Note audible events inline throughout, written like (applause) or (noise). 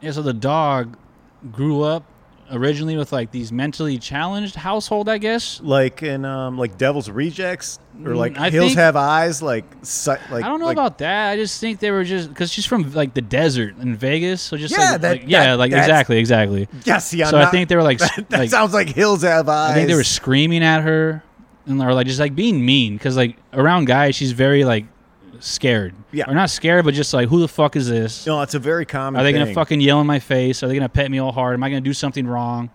Yeah, so the dog grew up originally with like these mentally challenged household, I guess. Like in um, like Devil's Rejects or Mm, like I Hills think- Have Eyes. Like, si- like I don't know like, about that. I just think they were just because she's from like the desert in Vegas, so just Yeah, like, that- like- yeah, that- like that's- exactly, exactly. Yes, yeah. so I (laughs) think they were like, s- that, like sounds like Hills Have Eyes. I think they were screaming at her and or like just like being mean because like around guys she's very like scared. Yeah. or not scared, but just like who the fuck is this? No, it's a very common. Are they gonna thing. fucking yell in my face? Are they gonna pet me all hard? Am I gonna do something wrong?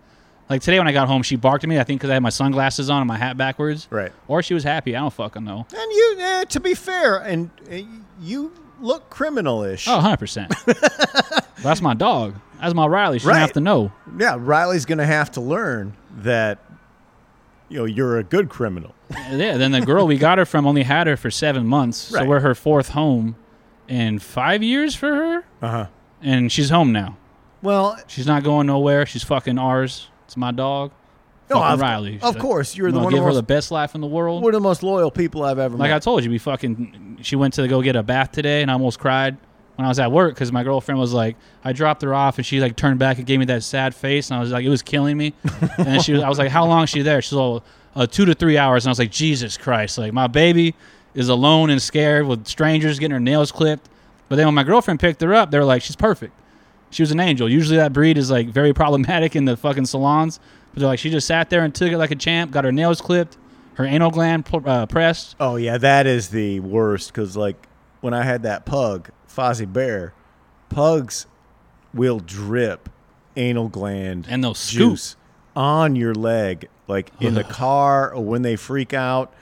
Like today when I got home, she barked at me. I think because I had my sunglasses on and my hat backwards. Right. Or she was happy. I don't fucking know. And you, eh, to be fair, and uh, you look criminal-ish. Oh, (laughs) 100%. That's my dog. That's my Riley. She doesn't Right. have to know. Yeah, Riley's going to have to learn that you know you're a good criminal. Yeah, then the girl we got her from only had her for seven months. Right. So we're her fourth home in five years for her. Uh huh. And she's home now. Well, She's not going nowhere. She's fucking ours. It's my dog. no, fucking of, Riley. Of course, you're I'm the gonna one of give the her the most, best life in the world. one of the most loyal people I've ever Like I met. told you, we fucking. She went to go get a bath today, and I almost cried when I was at work because my girlfriend was like, I dropped her off, and she like turned back and gave me that sad face, and I was like, it was killing me. and then she, was, I was like, how long is she there? She's all uh, two to three hours, and I was like, Jesus Christ, like my baby is alone and scared with strangers getting her nails clipped. But then when my girlfriend picked her up, they were like, she's perfect. She was an angel. Usually that breed is like very (laughs) problematic in the fucking salons, but they're like, she just sat there and took it like a champ, got her nails clipped, her anal gland pl- uh, pressed. oh yeah, that is the worst because like when I had that pug, Fozzie Bear, pugs will drip anal gland And they'll scoop. juice on your leg, like in the car or when they freak out.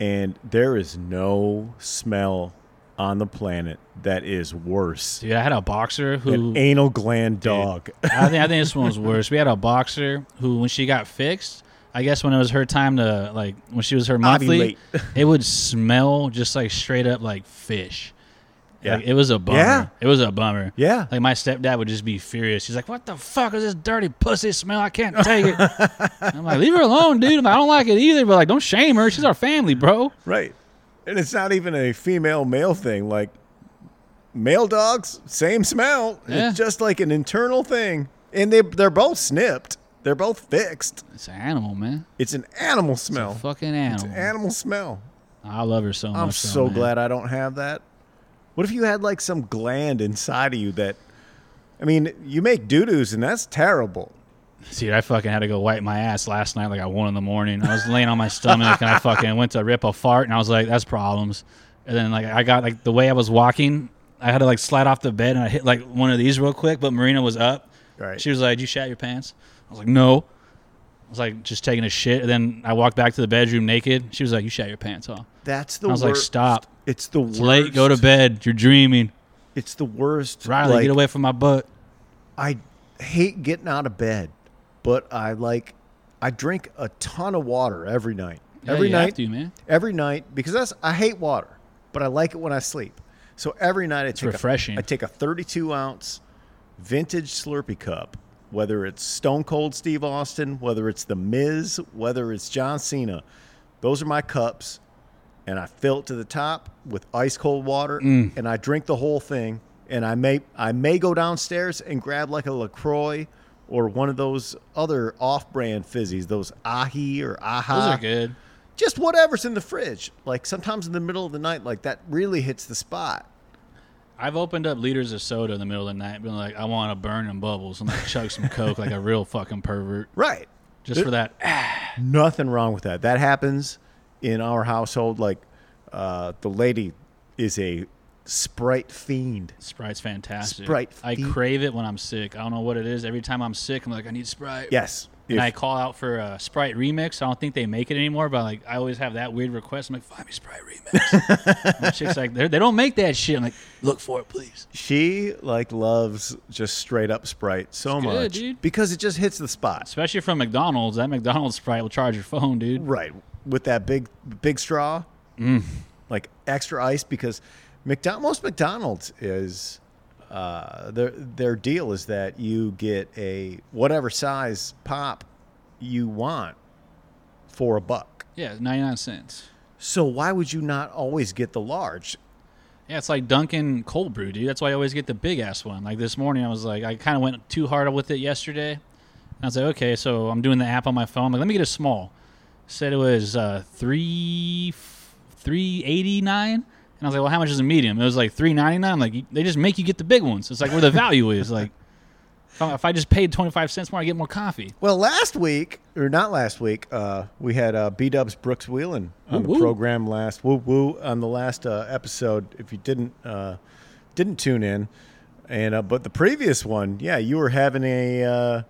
And there is no smell on the planet that is worse Dude, I had a boxer who than anal gland dog. I think I think this one was worse. We had a boxer who, when she got fixed, I guess when it was her time to like when she was her monthly, (laughs) it would smell just like straight up like fish. Yeah. Like, it was a bummer. Yeah. It was a bummer. Yeah. Like my stepdad would just be furious. He's like, "What the fuck is this dirty pussy smell? I can't take (laughs) it." I'm like, "Leave her alone, dude. I don't like it either, but like, don't shame her. She's our family, bro." Right. And it's not even a female male thing. Like male dogs, same smell. Yeah. It's just like an internal thing. And they they're both snipped. They're both fixed. It's an animal, man. It's an animal smell. Fucking It's animal. an animal smell. I love her so much. I'm though, so man. glad I don't have that. What if you had like some gland inside of you that I mean, you make doo-doos and that's terrible. Dude, I fucking had to go wipe my ass last night, like at one in the morning. I was laying on my stomach and I fucking went to rip a fart, and I was like, "That's problems." And then like I got like the way I was walking, I had to like slide off the bed and I hit like one of these real quick. But Marina was up. Right. She was like, "You shat your pants?" I was like, "No." I was like just taking a shit, and then I walked back to the bedroom naked. She was like, "You shat your pants off." That's the I was like, worst. "Stop! It's the It's worst. late. Go to bed. You're dreaming." It's the worst. Riley, like- get away from my butt. I hate getting out of bed, but I like I drink a ton of water every night. Yeah, every you have night, to, man. every night because that's I hate water, but I like it when I sleep. So every night I take refreshing. A, I take a 32 ounce vintage Slurpee cup, whether it's Stone Cold Steve Austin, whether it's The Miz, whether it's John Cena. Those are my cups, and I fill it to the top with ice cold water, Mm. and I drink the whole thing. And I may I may go downstairs and grab like a Lacroix or one of those other off-brand fizzies, those Ahi or Aha Those are good. just whatever's in the fridge. Like sometimes in the middle of the night, like that really hits the spot. I've opened up liters of soda in the middle of the night, been like, I want to burn in bubbles and like chug some coke like a real fucking pervert, Right. just for that. (laughs) "Ah." Nothing wrong with that. That happens in our household. Like uh, the lady is a Sprite fiend. Sprite's fantastic. Sprite I feet. crave it when I'm sick. I don't know what it is. Every time I'm sick, I'm like, I need Sprite. Yes. And If- I call out for a Sprite remix. I don't think they make it anymore, but like I always have that weird request. I'm like, find me Sprite remix. (laughs) And the chick's like, "They're- they don't make that shit. I'm like, look for it, please. she like loves just straight up Sprite so It's good, much dude. because it just hits the spot. Especially from McDonald's. That McDonald's Sprite will charge your phone, dude. Right. With that big big straw. Like extra ice because McDonald most McDonald's is uh, their their deal is that you get a whatever size pop you want for a buck. Yeah, 99 cents. So why would you not always get the large? Yeah, it's like Dunkin' cold brew, dude. That's why I always get the big ass one. Like this morning, I was like, I kind of went too hard with it yesterday. And I was like, okay, so I'm doing the app on my phone. I'm like, let me get a small. Said it was uh, three three eighty nine, and I was like, well, how much is a medium? It was like three ninety nine. Like you- they just make you get the big ones. It's like (laughs) where the value is. Like if I- if I just paid twenty five cents more, I get more coffee. Well, last week or not last week, uh, we had uh, B Dubs Brooks Wheelan on Woo-woo. the program last woo woo on the last uh, episode. If you didn't uh, didn't tune in, and uh, but the previous one, yeah, you were having a uh,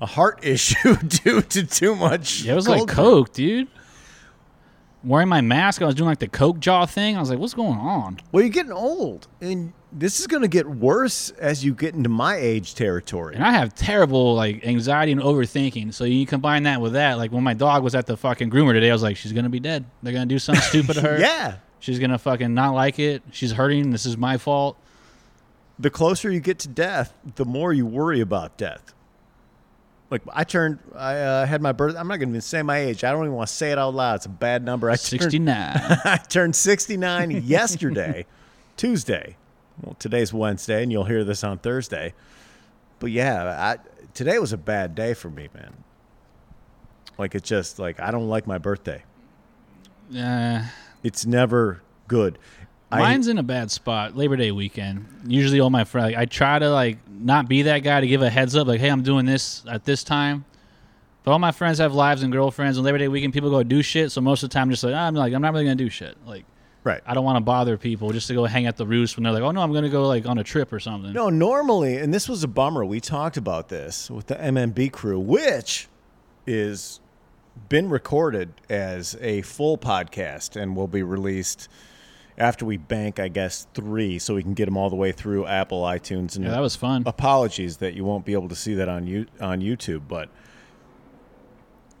a heart (laughs) issue due to too much. Yeah, it was cold like brew. Coke, dude. Wearing my mask, I was doing like the Coke jaw thing. I was like, what's going on? Well, you're getting old, and this is going to get worse as you get into my age territory. And I have terrible like anxiety and overthinking. So you combine that with that. Like when my dog was at the fucking groomer today, I was like, she's gonna be dead. They're gonna do something stupid (laughs) to her. yeah, She's gonna fucking not like it. She's hurting. This is my fault. the closer you get to death, the more you worry about death. Like I turned, I uh, had my birth. I'm not going to even say my age. I don't even want to say it out loud. It's a bad number. I Sixty Turned, nine. (laughs) I (laughs) turned 69 yesterday, Tuesday. Well, today's Wednesday, and you'll hear this on Thursday. But yeah, I, today was a bad day for me, man. Like it's just like I don't like my birthday. uh, It's never good. I, mine's in a bad spot. Labor Day weekend. Usually, all my friends. I try to like not be that guy to give a heads up. Like, hey, I'm doing this at this time. But all my friends have lives and girlfriends. And Labor Day weekend, people go do shit. So most of the time, just like "Ah, I'm like I'm not really gonna do shit. Like. right. I don't want to bother people just to go hang at the roost when they're like, oh no, I'm gonna go like on a trip or something. No, normally, and this was a bummer. We talked about this with the MMB crew, which is been recorded as a full podcast and will be released after we bank, I guess, three, so we can get them all the way through Apple, iTunes, and Yeah, that was fun. apologies that you won't be able to see that on you on YouTube. But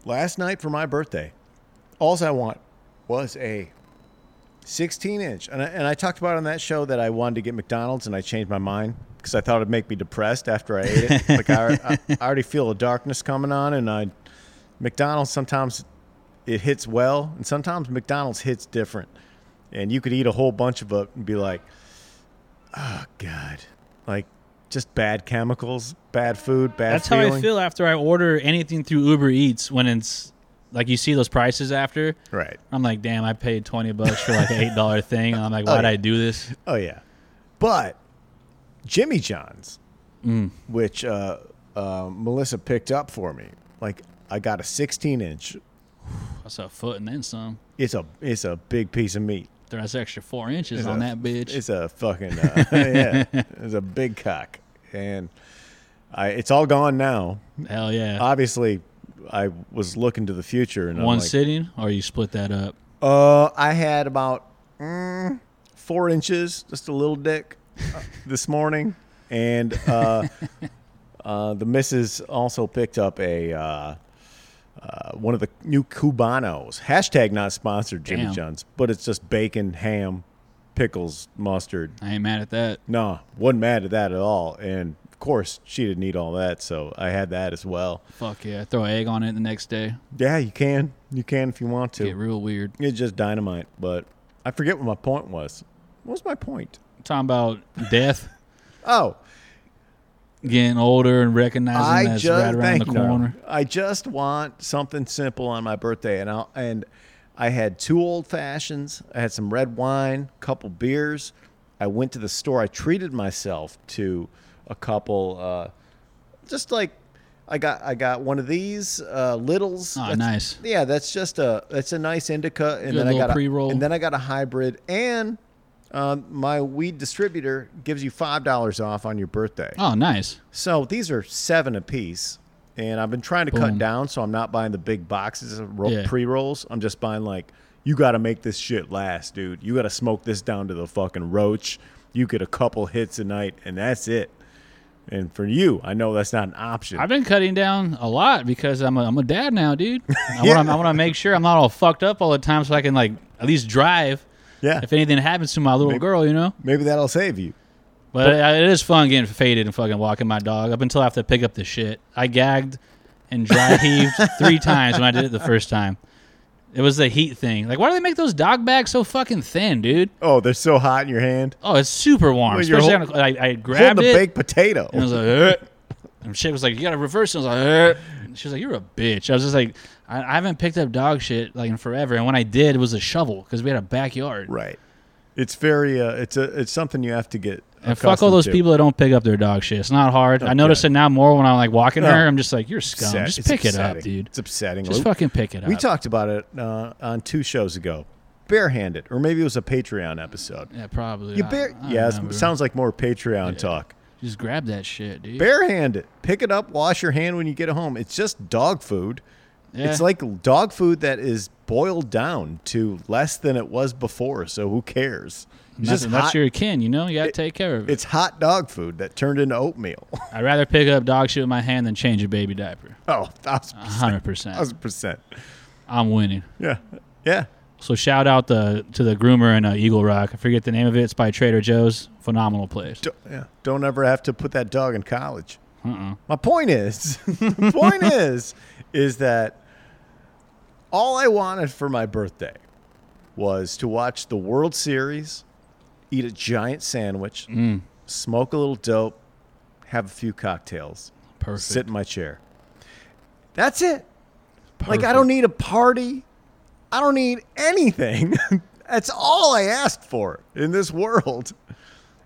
last night for my birthday, all I want was a 16 inch, and I, and I talked about on that show that I wanted to get McDonald's, and I changed my mind because I thought it'd make me depressed after I ate it. like I, I, I already feel a darkness coming on, and I McDonald's sometimes it hits well, and sometimes McDonald's hits different. And you could eat a whole bunch of it and be like, oh god, like just bad chemicals, bad food, bad That's feeling. how I feel after I order anything through Uber Eats when it's like you see those prices after. Right. I'm like, damn, I paid twenty bucks for like an eight (laughs) dollar thing, and I'm like, why'd I do this? Oh yeah, but Jimmy John's, Mm. which uh, uh, Melissa picked up for me, like I got a 16 inch. That's a foot and then some. It's a it's a big piece of meat. There's extra four inches It's on a- that bitch. It's a (laughs) fucking uh, (laughs) yeah. It's a big cock, and I it's all gone now. Hell yeah. Obviously, I was looking to the future, and I'm One like, sitting, or you split that up. Uh, I had about mm, four inches, just a little dick, uh, this morning, and uh, (laughs) uh, the missus also picked up a uh, uh, one of the new cubanos. Hashtag not sponsored, Jimmy Damn. John's, but it's just bacon, ham, pickles, mustard. I ain't mad at that. No, wasn't mad at that at all, and of course she didn't eat all that, so I had that as well. Fuck yeah. Throw an egg on it the next day. Yeah, you can, you can if you want to. Get real weird. It's just dynamite, but I forget what my point was. What was my point? Talking about death, Oh, getting older and recognizing I that's just right around thank the you, Norm. corner. I just want something simple on my birthday, and I and I had two old fashions. I had some red wine, couple beers. I went to the store. I treated myself to a couple, uh, just like I got I got one of these uh, littles. Oh, That's- nice. Yeah, that's just a that's a nice indica, and Good then I little got a, pre-roll. and then I got a hybrid, and um, my weed distributor gives you five dollars off on your birthday. Oh, nice. So these are seven a piece, and I've been trying to Boom. cut down, so I'm not buying the big boxes of ro- Yeah. pre rolls. I'm just buying like you got to make this shit last, dude. You got to smoke this down to the fucking roach. You get a couple hits a night, and that's it. And for you, I know that's not an option. I've been cutting down a lot because I'm a, I'm a dad now, (laughs) dude. I Yeah. want to I want to make sure I'm not all fucked up all the time, so I can like at least drive. yeah, If anything happens to my little girl, you know. maybe that'll save you. But uh, it it is fun getting faded and fucking walking my dog. Up until I have to pick up (laughs) the shit, I gagged and dry heaved three times when I did it the first time. It was the heat thing. Like, why do they make those dog bags so fucking thin, dude? Oh, they're so hot in your hand. Oh, it's super warm. Well, you're Especially hol- on a, I, I Holding grabbed the it. baked potato. And I was like, "Eh." and shit was like, you gotta reverse. And I was like, "Eh." And she was like, you're a bitch. I was just like, I, I haven't picked up dog shit like in forever. And when I did, it was a shovel because we had a backyard. Right. It's very. Uh, it's a. It's something you have to get. And fuck all accustomed those to. people that don't pick up their dog shit. It's not hard. I Okay. notice it now more when I'm like walking No. her. I'm just like, you're a scum. Upset- Just it's pick it up, upsetting. dude. It's upsetting. Just Lou. fucking pick it up. we talked about it uh, on two shows ago, barehanded, or maybe it was a Patreon episode. yeah, probably. You I- bare. I Yeah, remember. it sounds like more Patreon talk. Just grab that shit, dude. Barehanded. Pick it up. Wash your hand when you get home. It's just dog food. Yeah. It's like dog food that is boiled down to less than it was before. So who cares? It's that's, just that's hot, your kin, you know. You gotta take care of it. It's hot dog food that turned into oatmeal. (laughs) I'd rather pick up dog shit with my hand than change a baby diaper. oh, thousand A hundred percent. thousand percent. I'm winning. Yeah, yeah. So shout out the to the groomer in uh, Eagle Rock. I forget the name of it. It's by Trader Joe's. Phenomenal place. Don't, yeah. Don't ever have to put that dog in college. Uh-uh. My point is, (laughs) the point is, is that all I wanted for my birthday was to watch the World Series, eat a giant sandwich, smoke a little dope, have a few cocktails, Perfect. sit in my chair. That's it. Like I Perfect. don't need a party. I don't need anything. (laughs) That's all I asked for in this world.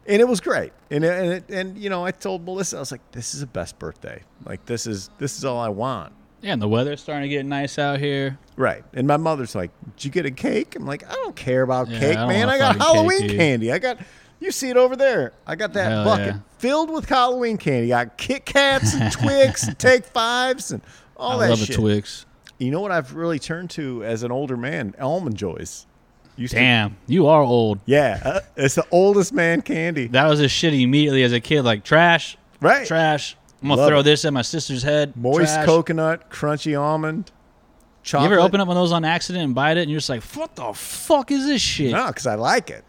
And it was great. And and it, and you know, I told Melissa I was like this is the best birthday. Like this is this is all I want. Yeah, and the weather's starting to get nice out here. Right. And my mother's like, "Did you get a cake?" I'm like, "I don't care about Yeah, cake, I don't man. want a I got fucking Halloween cake, dude." candy. I got you see it over there. I got that Hell bucket yeah. filled with Halloween candy. I got Kit (laughs) Kats and Twix and Take Fives and all I that love shit. a Twix. You know what I've really turned to as an older man? Almond joys. Used to- Damn, you are old. yeah, uh, it's the oldest man candy. That was a shit immediately as a kid. Like trash, Right. trash. I'm gonna Love throw it. this at my sister's head. Moist Trash. coconut, crunchy almond, You chocolate. ever open up one of those on accident and bite it, and you're just like, "What the fuck is this shit?" No, because I (laughs) like it.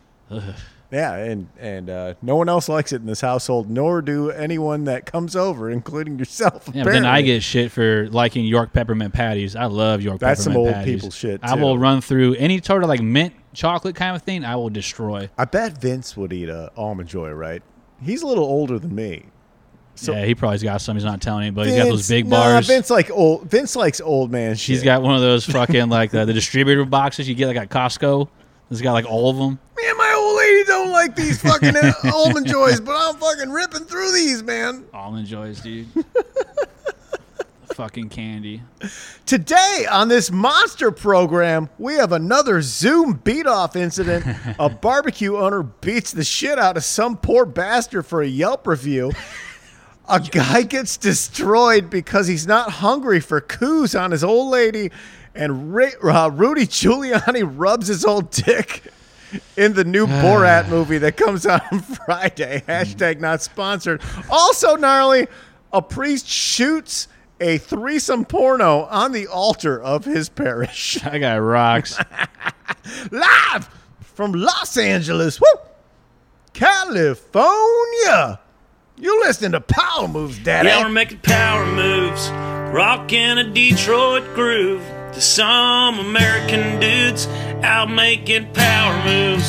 Yeah, and and uh, no one else likes it in this household, nor do anyone that comes over, including yourself. Yeah, but then I apparently. get shit for liking York peppermint patties. I love York That's some peppermint old patties. people shit, I will too. run through any sort of like mint chocolate kind of thing. I will destroy. I bet Vince would eat a almond joy, right? He's a little older than me. So- yeah, he probably's got some. He's not telling anybody. he's got Vince- those big nah, bars. Vince like old. Vince likes old man shit. He's got one of those fucking like the, the distributor boxes you get like at Costco. He's got like all of them. Man, my old lady don't like these fucking uh, almond joys, but I'm fucking ripping through these, man. Almond joys, dude. (laughs) fucking candy. Today on this monster program, we have another Zoom beat off incident. a barbecue owner beats the shit out of some poor bastard for a Yelp review. A guy gets destroyed because he's not hungry for coos on his old lady, and Ri- uh, Rudy Giuliani rubs his old dick in the (sighs) new Borat movie that comes out on Mm. Friday. Hashtag not sponsored. Also gnarly, a priest shoots a threesome porno on the altar of his (laughs) parish. That guy rocks. Live from Los Angeles, woo, California. You're listening to Power Moves, Daddy. Yeah, we're making power moves, rocking a Detroit groove to some American dudes out making power moves.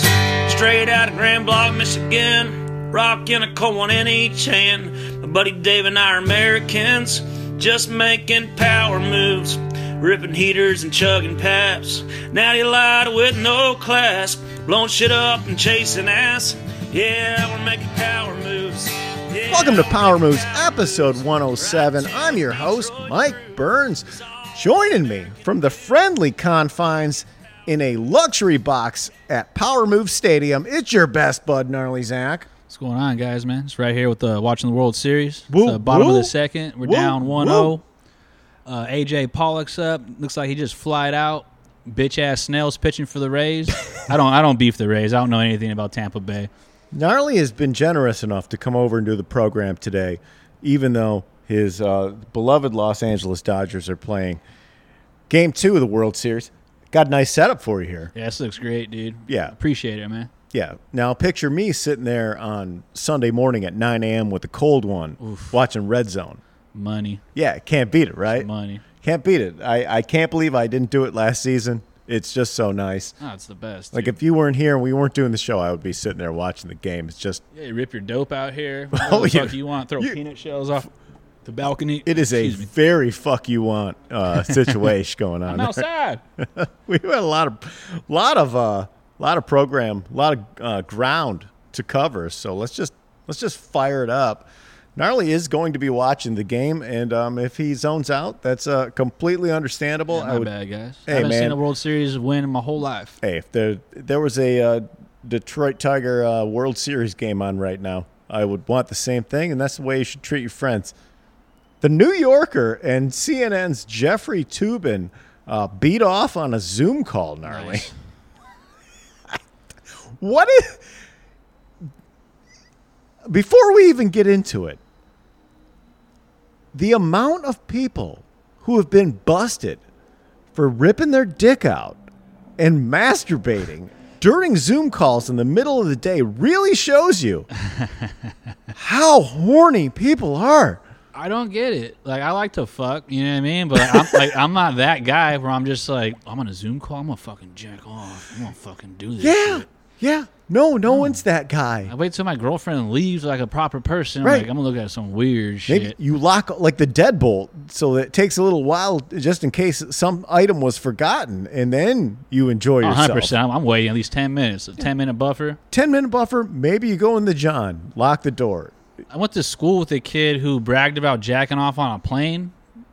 Straight out of Grand Block, Michigan, rocking a coin in each hand. My buddy Dave and I are Americans, just making power moves, ripping heaters and chugging paps. Natty lied with no class, blowing shit up and chasing ass. Yeah, we're making power moves. Yeah, Welcome to we're Power making Moves, power episode 107. I'm your host, Mike Burns. Joining me from the friendly confines in a luxury box at Power Move Stadium, it's your best bud, Gnarly Zach. What's going on, guys, man? It's right here with the watching the World Series. It's Woo, the bottom woo, of the second. We're woo, down woo. 1 0. Uh, AJ Pollock's up. Looks like he just flied out. Bitch ass snails pitching for the (laughs) Rays. I don't I don't beef the Rays. I don't know anything about Tampa Bay. Gnarly has been generous enough to come over and do the program today, even though his uh, beloved Los Angeles Dodgers are playing game two of the World Series. Got a nice setup for you here. Yeah, this looks great, dude. Yeah. Appreciate it, man. Yeah. Now picture me sitting there on Sunday morning at 9 a.m. with a cold one, watching Red Zone. Money. Yeah, can't beat it, right? Money. Can't beat it. I, I can't believe I didn't do it last season. It's just so nice. Oh, it's the best. Like Like if you weren't here and we weren't doing the show, I would be sitting there watching the game. It's just yeah, you rip your dope out here. (laughs) Whatever Oh, the yeah. fuck you want? Throw You- peanut shells off the balcony. it is a Excuse me. very fuck you want (laughs) uh, situation going on. I'm there. (laughs) outside. we had a lot of lot of uh lot of program a lot of uh, ground to cover so let's just let's just fire it up gnarly is going to be watching the game and um, if he zones out that's uh, completely understandable My i would bad, guys. Hey, I haven't man. seen a World Series win in my whole life. hey if there there was a uh, detroit tiger uh, world series game on right now i would want the same thing and that's the way you should treat your friends the New Yorker and CNN's Jeffrey Tubin uh, beat off on a Zoom call, gnarly. Nice. What is before we even get into it, the amount of people who have been busted for ripping their dick out and masturbating during Zoom calls in the middle of the day really shows you how horny people are. I don't get it. Like I like to fuck, you know what I mean? But (laughs) I'm like I'm not that guy where I'm just like I'm on a Zoom call. I'm gonna fucking jack off. I'm gonna fucking do this. Yeah. shit. Yeah. No, no one's that guy. I wait till my girlfriend leaves like a proper person. I'm Right. like I'm gonna look at some weird Maybe shit. you lock like the deadbolt so that it takes a little while just in case some item was forgotten and then you enjoy yourself. 100. percent I'm, I'm waiting at least 10 minutes. A 10 minute buffer. 10 minute buffer, maybe you go in the John, lock the door. I went to school with a kid who bragged about jacking off on a plane.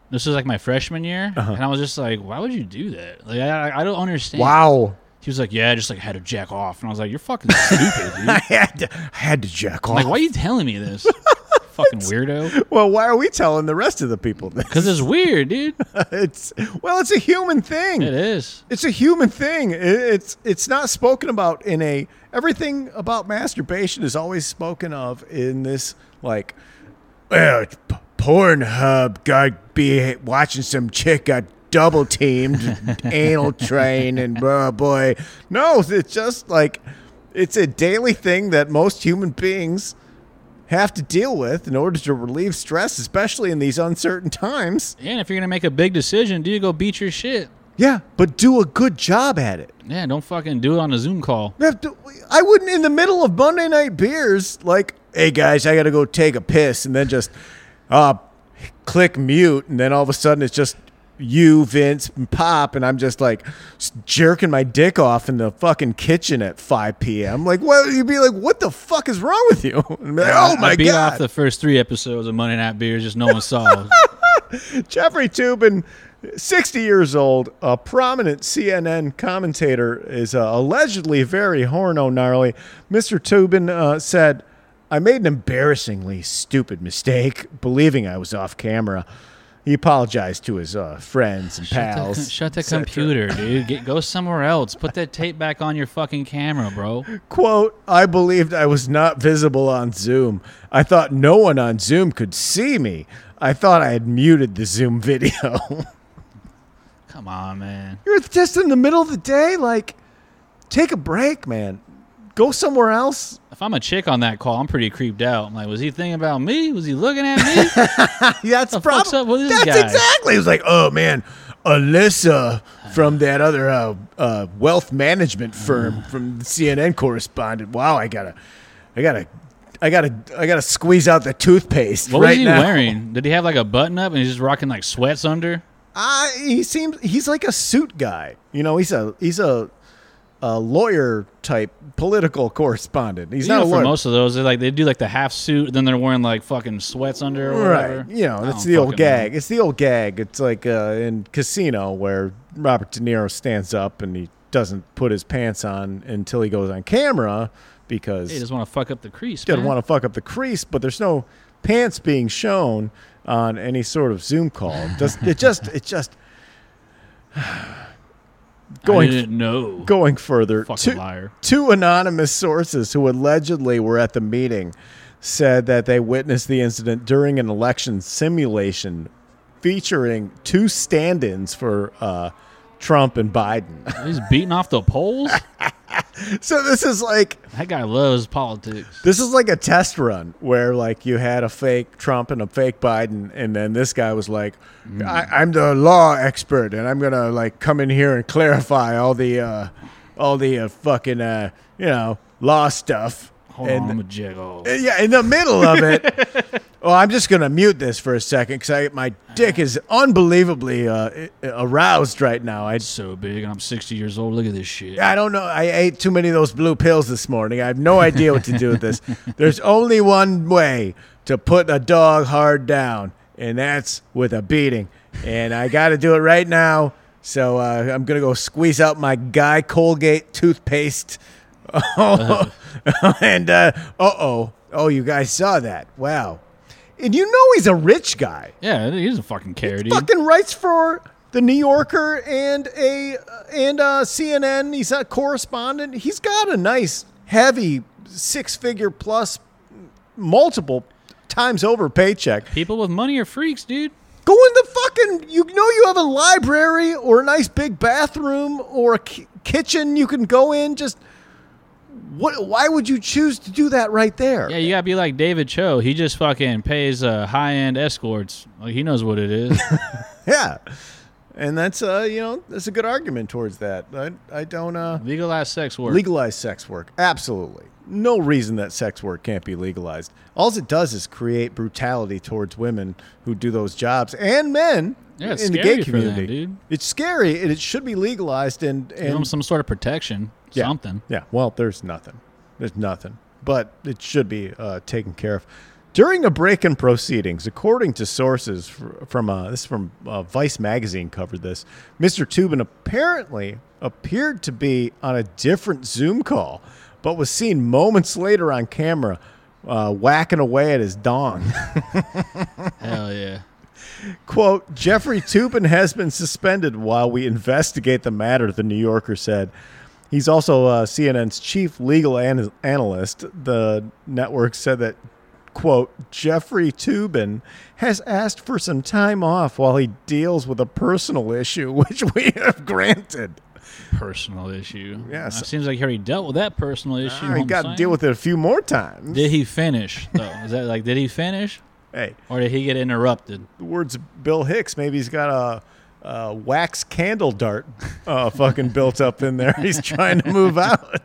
This was like my freshman year, Uh-huh. and I was just like, "Why would you do that? Like, I, I don't understand." Wow. He was like, "Yeah, I just like had to jack off," and I was like, "You're fucking stupid, (laughs) dude." (laughs) I had to, I had to jack off. Like, why are you telling me (laughs) this? Fucking weirdo. well, why are we telling the rest of the people this? (laughs) Because it's weird, dude. it's well, it's a human thing. It is. It's a human thing. I- It's it's not spoken about in a everything about masturbation is always spoken of in this like well, p- Pornhub got be watching some chick got double teamed (laughs) anal train and blah boy. No, it's just like it's a daily thing that most human beings have to deal with in order to relieve stress, especially in these uncertain times. And if you're gonna make a big decision, dude, go beat your shit. Yeah, but do a good job at it. Yeah, don't fucking do it on a Zoom call. We have to- I wouldn't in the middle of Monday night beers like, hey guys, I got to go take a piss, and then just uh, click mute, and then all of a sudden it's just you, Vince, and Pop, and I'm just like s- jerking my dick off in the fucking kitchen at 5 p.m. Like, what? You'd be like, what the fuck is wrong with you? (laughs) And be like, I- oh my I beat god! off the first three episodes of Monday Night Beers, just no one saw. Jeffrey Tubin, 60 years old, a prominent CNN commentator, is uh, allegedly very horno gnarly. Mr. Tubin uh, said, I made an embarrassingly stupid mistake believing I was off camera. He apologized to his uh, friends and Shut the, (laughs) pals. shut the et (laughs) cetera. computer, dude. Get, go somewhere else. Put that tape back on your fucking camera, bro. Quote, I believed I was not visible on Zoom. I thought no one on Zoom could see me. I thought I had muted the Zoom (laughs) video. Come on, man. You're just in the middle of the day, like take a break, man. Go somewhere else. (laughs) If I'm a chick on that call, I'm pretty creeped out. I'm like, was he thinking about me? Was he looking (laughs) at me? Yeah, that's fuck's up with probably this that's guy? exactly. It was like, oh man, Alyssa from that other uh, uh, wealth management (sighs) firm from the CNN correspondent. Wow, I gotta, I gotta, I gotta, I gotta squeeze out the toothpaste What right was he now. wearing? Did he have like a button up and he's just rocking like sweats under? I, he seems he's like a suit guy. You know, he's a he's a, a lawyer type political correspondent. He's You not know, a for lawyer. most of those, they like they do like the half suit, then they're wearing like fucking sweats under, or Right. whatever. You I know, that's don't the old fucking know. gag. It's the old gag. It's like uh, in Casino where Robert De Niro stands up and he doesn't put his pants on until he goes on camera because They just want to fuck up the crease. didn't man. want to fuck up the crease, but there's no pants being shown on any sort of Zoom call. It just it just it just (sighs) I going didn't know. Going further, Fucking two, liar. two anonymous sources who allegedly were at the meeting said that they witnessed the incident during an election simulation featuring two stand ins for uh, Trump and Biden. (laughs) He's beating off the poles. So this is like That guy loves politics. this is like a test run where like you had a fake Trump and a fake Biden, and then this guy was like, Mm. I, "I'm the law expert, and I'm gonna like come in here and clarify all the, uh, all the uh, fucking uh, you know law stuff." Hold and, on, I'm a jiggle. yeah, in the middle of it. well, I'm just gonna mute this for a second because my dick is unbelievably uh, aroused right now. I so big, and I'm 60 years old. Look at this shit. I don't know. I ate too many of those blue pills this morning. I have no idea what to do with this. There's only one way to put a dog hard down, and that's with a beating. And I got to do it right now. So uh, I'm going to go squeeze out my Guy Colgate toothpaste. (laughs) Oh, and uh oh. Oh, you guys saw that. Wow. And you know he's a rich guy Yeah, he doesn't fucking care, dude. fucking writes for the New Yorker and a and uh, CNN. He's a correspondent. He's got a nice, heavy, six-figure plus, multiple times over paycheck. People with money are freaks, dude. Go in the fucking. You know you have a library or a nice big bathroom or a ki- kitchen you can go in. Just what? Why would you choose to do that right there? Yeah, you gotta be like David Cho. He just fucking pays uh, high end escorts. Like he knows what it (laughs) is. Yeah. And that's uh, you know, that's a good argument towards that. I, I don't uh Legalized sex work. Legalize sex work. Absolutely. No reason that sex work can't be legalized. All it does is create brutality towards women who do those jobs and men Yeah, it's in the scary gay for them, community. dude. It's scary and it should be legalized and, Give them and some sort of protection. Yeah. Something. yeah, well, there's nothing. There's nothing. But it should be uh, taken care of. During a break in proceedings, according to sources fr- from uh, this is from uh, Vice magazine covered this, Mr. Tubin apparently appeared to be on a different Zoom call, but was seen moments later on camera uh, whacking away at his dong. Hell yeah. Quote, Jeffrey Tubin has been suspended while we investigate the matter, the New Yorker said. He's also uh, CNN's chief legal an- analyst. The network said that, quote, Jeffrey Tubin has asked for some time off while he deals with a personal issue, (laughs) which we have granted. Personal issue. Yes. It seems like he already dealt with that personal issue. I Home got to science. deal with it a few more times. Did he finish though? Is that like did he finish? Hey, Or did he get (laughs) interrupted? the words of Bill Hicks, maybe he's got a, a wax candle dart uh, fucking built up in there. (laughs) He's trying to move out.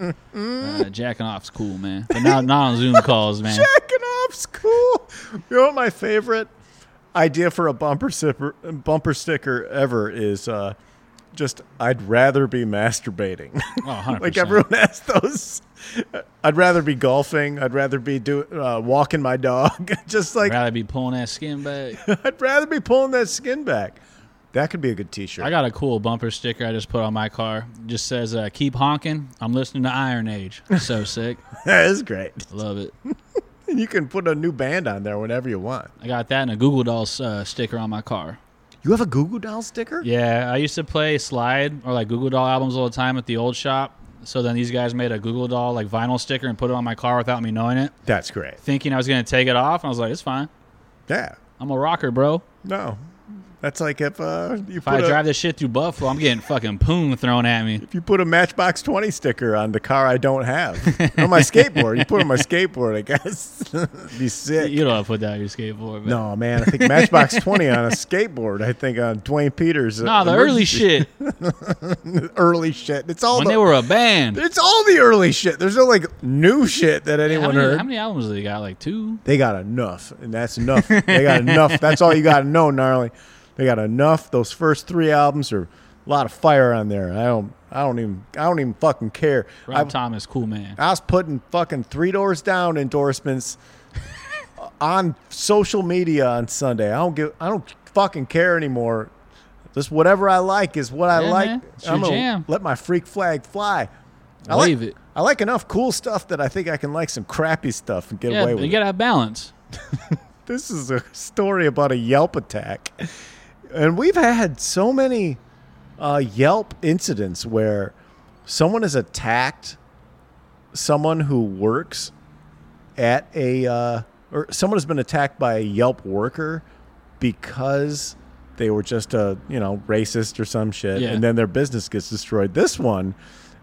Uh, jacking off's cool, man. But not not on Zoom calls, (laughs) man. Jacking off's cool. You know what my favorite idea for a bumper sipper, bumper sticker ever is uh, just I'd rather be masturbating. (laughs) Oh, 100%. like everyone has those. I'd rather be golfing. I'd rather be do uh, walking my dog. (laughs) just like rather be pulling that skin back. I'd rather be pulling that skin back. That could be a good T-shirt. I got a cool bumper sticker I just put on my car. It just says, uh, "Keep honking." I'm listening to Iron Age. (laughs) So sick. that is great. (laughs) Love it. And you can put a new band on there whenever you want. I got that and a Google Dolls uh, sticker on my car. You have a Google Doll sticker? Yeah, I used to play Slide or like Google Doll albums all the time at the old shop. So then these guys made a Google Doll like vinyl sticker and put it on my car without me knowing it, That's great. thinking I was gonna take it off. And I was like, "It's fine. Yeah. I'm a rocker, bro. No. That's like if uh, you If I put a, drive this shit through Buffalo, I'm getting fucking poon thrown at me." (laughs) if you put a Matchbox Twenty sticker on the car I don't have on my skateboard. You put it (laughs) on my skatboard, I guess. (laughs) It'd Be sick. You don't have to put that on your skateboard. But. no man, I think Matchbox Twenty on a skateboard. I think on Dwayne Peters. uh, Nah, the early emergency- (laughs) shit Early shit. It's all when the. they were a band. it's all the early shit. There's no like new shit that How anyone many, heard. how many albums do they got? Like two. they got enough, and that's enough. they got enough. That's all you got to know, gnarly. They got enough. Those first three albums are a lot of fire on there. I don't, I don't even, I don't even fucking care. Rob I, Thomas, cool man. I was putting fucking Three Doors Down endorsements (laughs) on social media on Sunday. I don't give, I don't fucking care anymore. Just whatever I like is what I Yeah, like. man. It's I'm your gonna jam. let my freak flag fly. I Wave like, it. I like enough cool stuff that I think I can like some crappy stuff and get Yeah, away with you it. gotta have balance. This is a story about a Yelp attack. And we've had so many uh, Yelp incidents where someone has attacked someone who works at a, uh, or someone has been attacked by a Yelp worker because they were just a, you know, racist or some shit. Yeah. And then their business gets destroyed. This one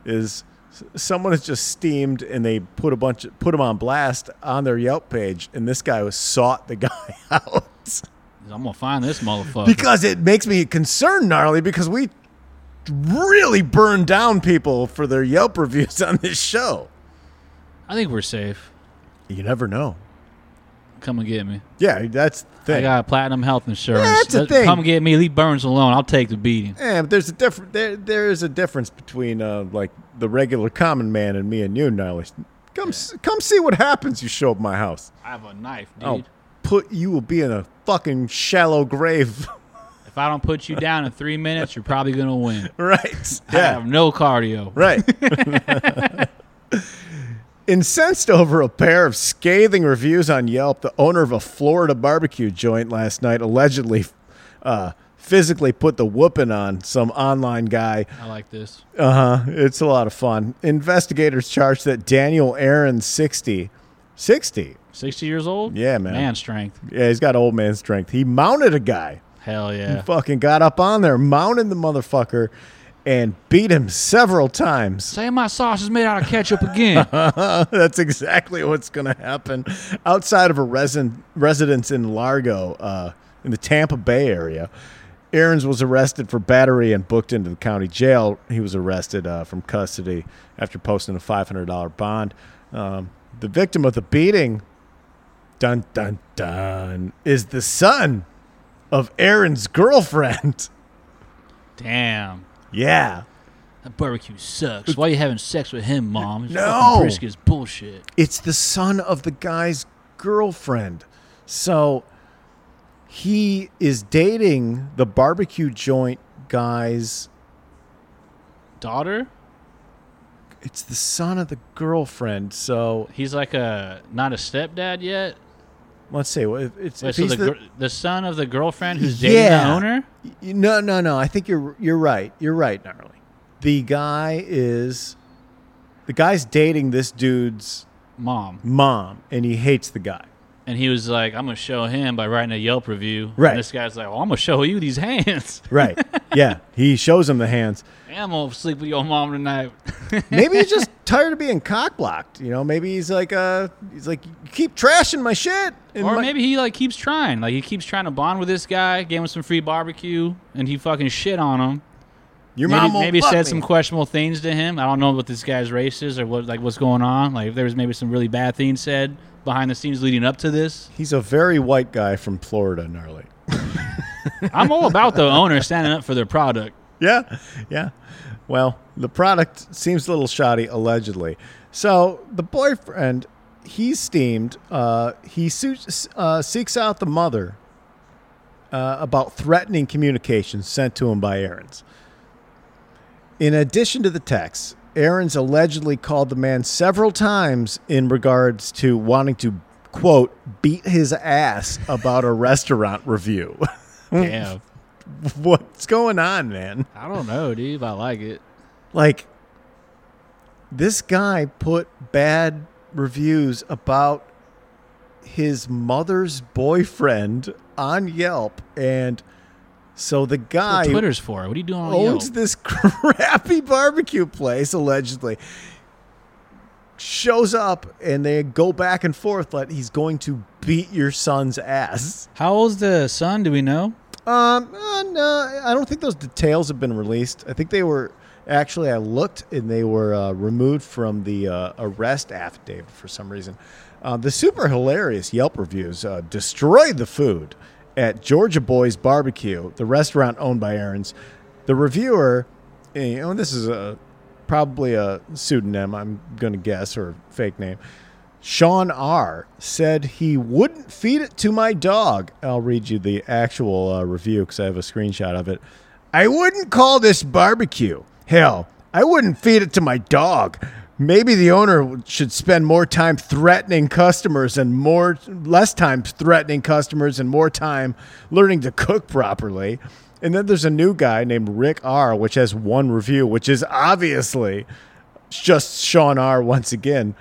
is s- someone is just steamed and they put a bunch put him on blast on their Yelp page, and this guy was sought the (laughs) guy out I'm gonna find this motherfucker. because it makes me concerned, gnarly, because we really burn down people for their Yelp reviews (laughs) on this show. I think we're safe. You never know. Come and get me. Yeah, that's the thing. I got platinum health insurance. That's the Let- thing. Come get me. Leave Burns alone. I'll take the beating. Yeah, but there's a different there. There is a difference between uh, like the regular common man and me and you, Gnarly. Come, s come see what happens. You show up at my house. I have a knife, dude. I'll put you will be in a fucking shallow grave, (laughs) If I don't put you down in three minutes, you're probably gonna win. right? I have no cardio. right. (laughs) Incensed over a pair of scathing reviews on Yelp, the owner of a Florida barbecue joint last night allegedly uh, physically put the whooping on some online guy I like this. Uh huh. It's a lot of fun. Investigators charged that Daniel Aaron, 60. 60. 60 years old? Yeah, man. Man strength. Yeah, he's got old man strength. He mounted a guy. Hell yeah. Fucking got up on there, mounted the motherfucker, and beat him several times. Say my sauce is made out of ketchup (laughs) again. That's exactly what's going to happen. Outside of a resident, residence in Largo, uh, in the Tampa Bay area, Aaron's was arrested for battery and booked into the county jail. He was arrested uh, from custody after posting a $500 bond. Um, the victim of the beating, dun dun dun, is the son of Aaron's girlfriend. (laughs) Damn. yeah. That barbecue sucks. Why are you having sex with him, mom? His No. fucking Brisket's bullshit. it's the son of the guy's girlfriend. So he is dating the barbecue joint guy's. Daughter? It's the son of the girlfriend. So He's like a not a stepdad yet. let's see. what if It's Wait, if so he's the, the- gr- the son of the girlfriend who's dating the Yeah. owner? y- no, no, no. I think you're you're right. You're right, gnarly. The guy is the guy's dating this dude's Mom. mom, and he hates the guy. And he was like, I'm going to show him by writing a Yelp review. Right. And this guy's like, well, I'm going to show you these (laughs) hands. (laughs) Right? yeah. He shows him the hands. And I'm going to sleep with your mom (laughs) tonight. Maybe he's just (laughs) tired of being cock blocked. You know, maybe he's like, uh, he's like, "You keep trashing my shit. and or my-" maybe he like keeps trying. Like he keeps trying to bond with this guy, gave him some free barbecue, and he fucking shit on him. your Maybe, mom won't maybe fuck said me. some questionable things to him. I don't know what this guy's race is or what like what's going on. Like if there was maybe some really bad things said behind the scenes leading up to this. He's a very white guy from Florida, gnarly. I'm all about the owner standing up for their product. Yeah, yeah. Well, the product seems a little shoddy, allegedly. So the boyfriend, he's steamed. Uh, he suits, uh, seeks out the mother uh, about threatening communications sent to him by Aaron's. In addition to the text, Aaron's allegedly called the man several times in regards to wanting to quote beat his ass about a restaurant review. (laughs) Hmm. Yeah. What's going on, man? I don't know, dude, but I like it. like this guy put bad reviews about his mother's boyfriend on Yelp and so the guy What Twitter's for? What are you doing on Yelp? owns this (laughs) crappy barbecue place allegedly shows up and they go back and forth like he's going to beat your son's ass How old's the son? Do we know? um, uh, no, I don't think those details have been released. I think they were actually I looked and they were uh, removed from the uh, arrest affidavit for some reason. Uh, the super hilarious Yelp reviews uh, destroyed the food at Georgia Boys Barbecue, the restaurant owned by Aaron's. The reviewer, you know, this is a probably a pseudonym, I'm going to guess, or fake name. Sean R. said he wouldn't feed it to my dog. I'll read you the actual uh, review because I have a screenshot of it. I wouldn't call this barbecue. Hell, I wouldn't feed it to my dog. Maybe the owner should spend more time threatening customers and more less time threatening customers and more time learning to cook properly. And then there's a new guy named Rick R, which has one review, which is obviously just Sean R once again.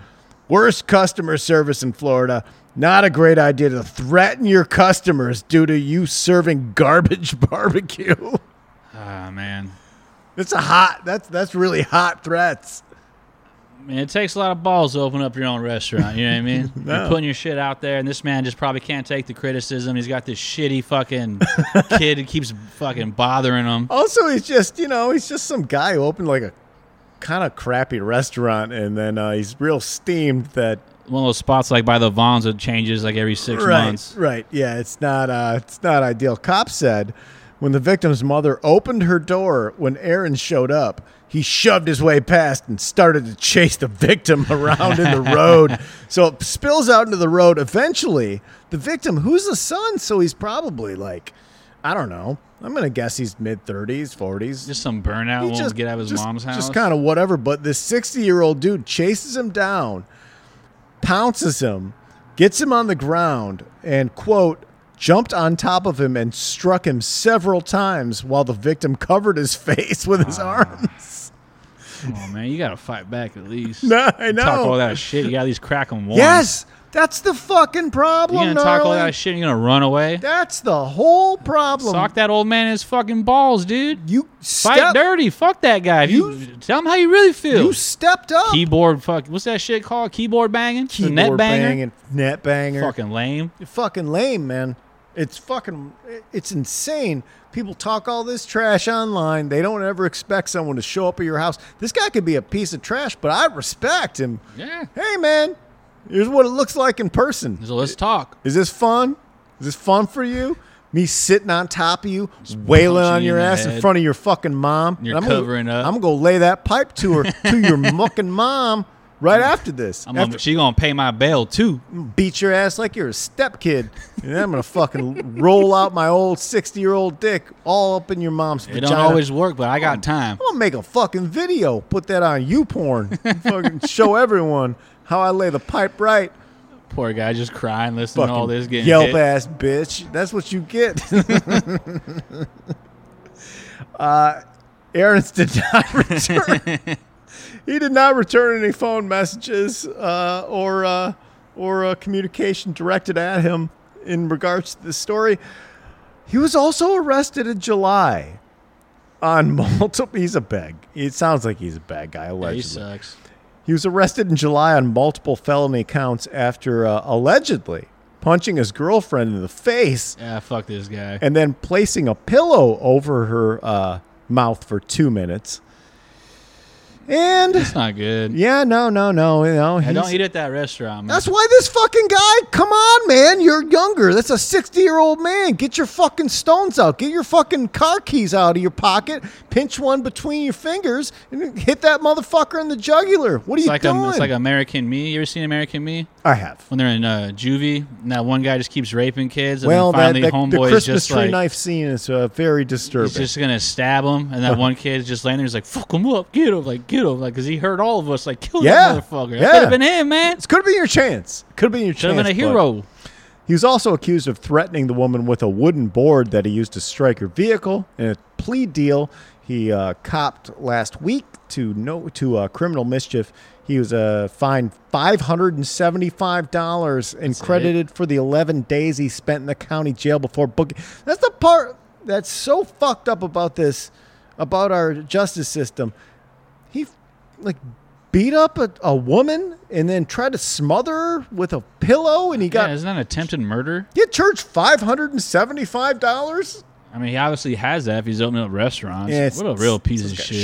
Worst customer service in Florida. Not a great idea to threaten your (laughs) customers due to you serving garbage barbecue. Ah man. It's a hot. That's that's really hot threats. Man, it takes a lot of balls to open up your own restaurant. You know what I (laughs) mean? No. You're putting your shit out there, and this man just probably can't take the criticism. He's got this shitty (laughs) fucking kid that keeps fucking bothering him. Also, he's just you know he's just some guy who opened like a kind of crappy restaurant, and then uh, he's real steamed that. One of those spots like by the Vons that changes like every six months. right. Yeah, it's not uh, it's not ideal. Cop said when the victim's mother opened her door when Aaron showed up, he shoved his way past and started to chase the victim (laughs) around in the road. So it spills out into the road. Eventually, the victim, who's the son, so he's probably like, I don't know. I'm gonna guess he's mid 30s, 40s. Just some burnout He won't get out of his just- mom's house. Just kind of whatever. But this 60 year old dude chases him down, pounces him, gets him on the ground, and quote, jumped on top of him and struck him several times while the victim covered his (laughs) face with Ah. his arms. (laughs) Come on, Oh, man, you gotta fight back at least. No, I Talk all know. that shit. You gotta at least crack them once. Yes, that's the fucking You're problem. gonna talk all gnarly. that shit. and You're gonna run away. That's the whole problem. Sock that old man in his fucking balls, dude. you Fight step, dirty. Fuck that guy. If you, You- tell him how you really feel. You stepped up. Keyboard fuck. What's that shit called? Keyboard banging. The Keyboard net banger. banging, net banger. Fucking lame. fucking lame, man. It's fucking it's insane. People talk all this trash online. They don't ever expect someone to show up at your house. This guy could be a piece of trash, but I respect him. Yeah. Hey man, here's what it looks like in person. So let's talk. Is this fun? Is this fun for you? Me sitting on top of you, wailing punching on you your in the ass in head. front of your fucking mom. You're And covering gonna, up. I'm gonna lay that pipe to her to (laughs) your mucking mom right after this. I'm After- gonna, she gonna pay my bail too. beat your ass like you're a step kid. And then I'm gonna fucking roll out my old sixty year old dick all up in your mom's It vagina. don't always work, but I got time. I'm gonna make a fucking video, put that on (laughs) YouPorn, and fucking show everyone how I lay the pipe right. Poor guy just crying, listening Fucking to all this getting Yelp hit. ass bitch. That's what you get. (laughs) uh, Uh, Aaron's did not (laughs) return. he did not return any phone messages uh, or uh, or uh, communication directed at him in regards to this story. He was also arrested in July on (laughs) multiple. He's a bad. It sounds like he's a bad guy. Yeah, he Allegedly, sucks. he was arrested in July on multiple felony counts after uh, allegedly punching his girlfriend in the face Yeah, fuck this guy. and then placing a pillow over her uh, mouth for two minutes. And It's not good. yeah, no, no, no, you know, I don't he's- eat at that restaurant. Man. that's why this fucking guy. Come on, man, you're younger. That's a sixty-year-old man. Get your fucking stones out. Get your fucking car keys out of your pocket. Pinch one between your fingers and hit that motherfucker in the jugular. What are It's you like doing? a, it's like American Me. You ever seen American Me? I have. When they're in uh, juvie, and that one guy just keeps raping kids, and Well, then that, finally that, the homeboy is Christmas just tree like knife scene is uh, very disturbing. he's just gonna stab him, and (laughs) that one kid's just laying there, he's like, "Fuck him up, get him, like get him, like," cause he hurt all of us, like kill Yeah, that motherfucker. yeah. That could have been him, man. could have been your chance. Could have been your Should chance. have been a bud. hero. He was also accused of threatening the woman with a wooden board that he used to strike her vehicle in a plea deal he uh, copped last week to no to uh, criminal mischief. He was uh, fined five hundred and seventy five dollars and credited for the eleven days he spent in the county jail before booking. That's the part that's so fucked up about this, about our justice system. He like beat up a, a woman and then tried to smother her with a pillow and he got Yeah, isn't that attempted murder? Get charged five hundred and seventy-five dollars. I mean, he obviously has that if he's opening up restaurants. what a real piece of shit.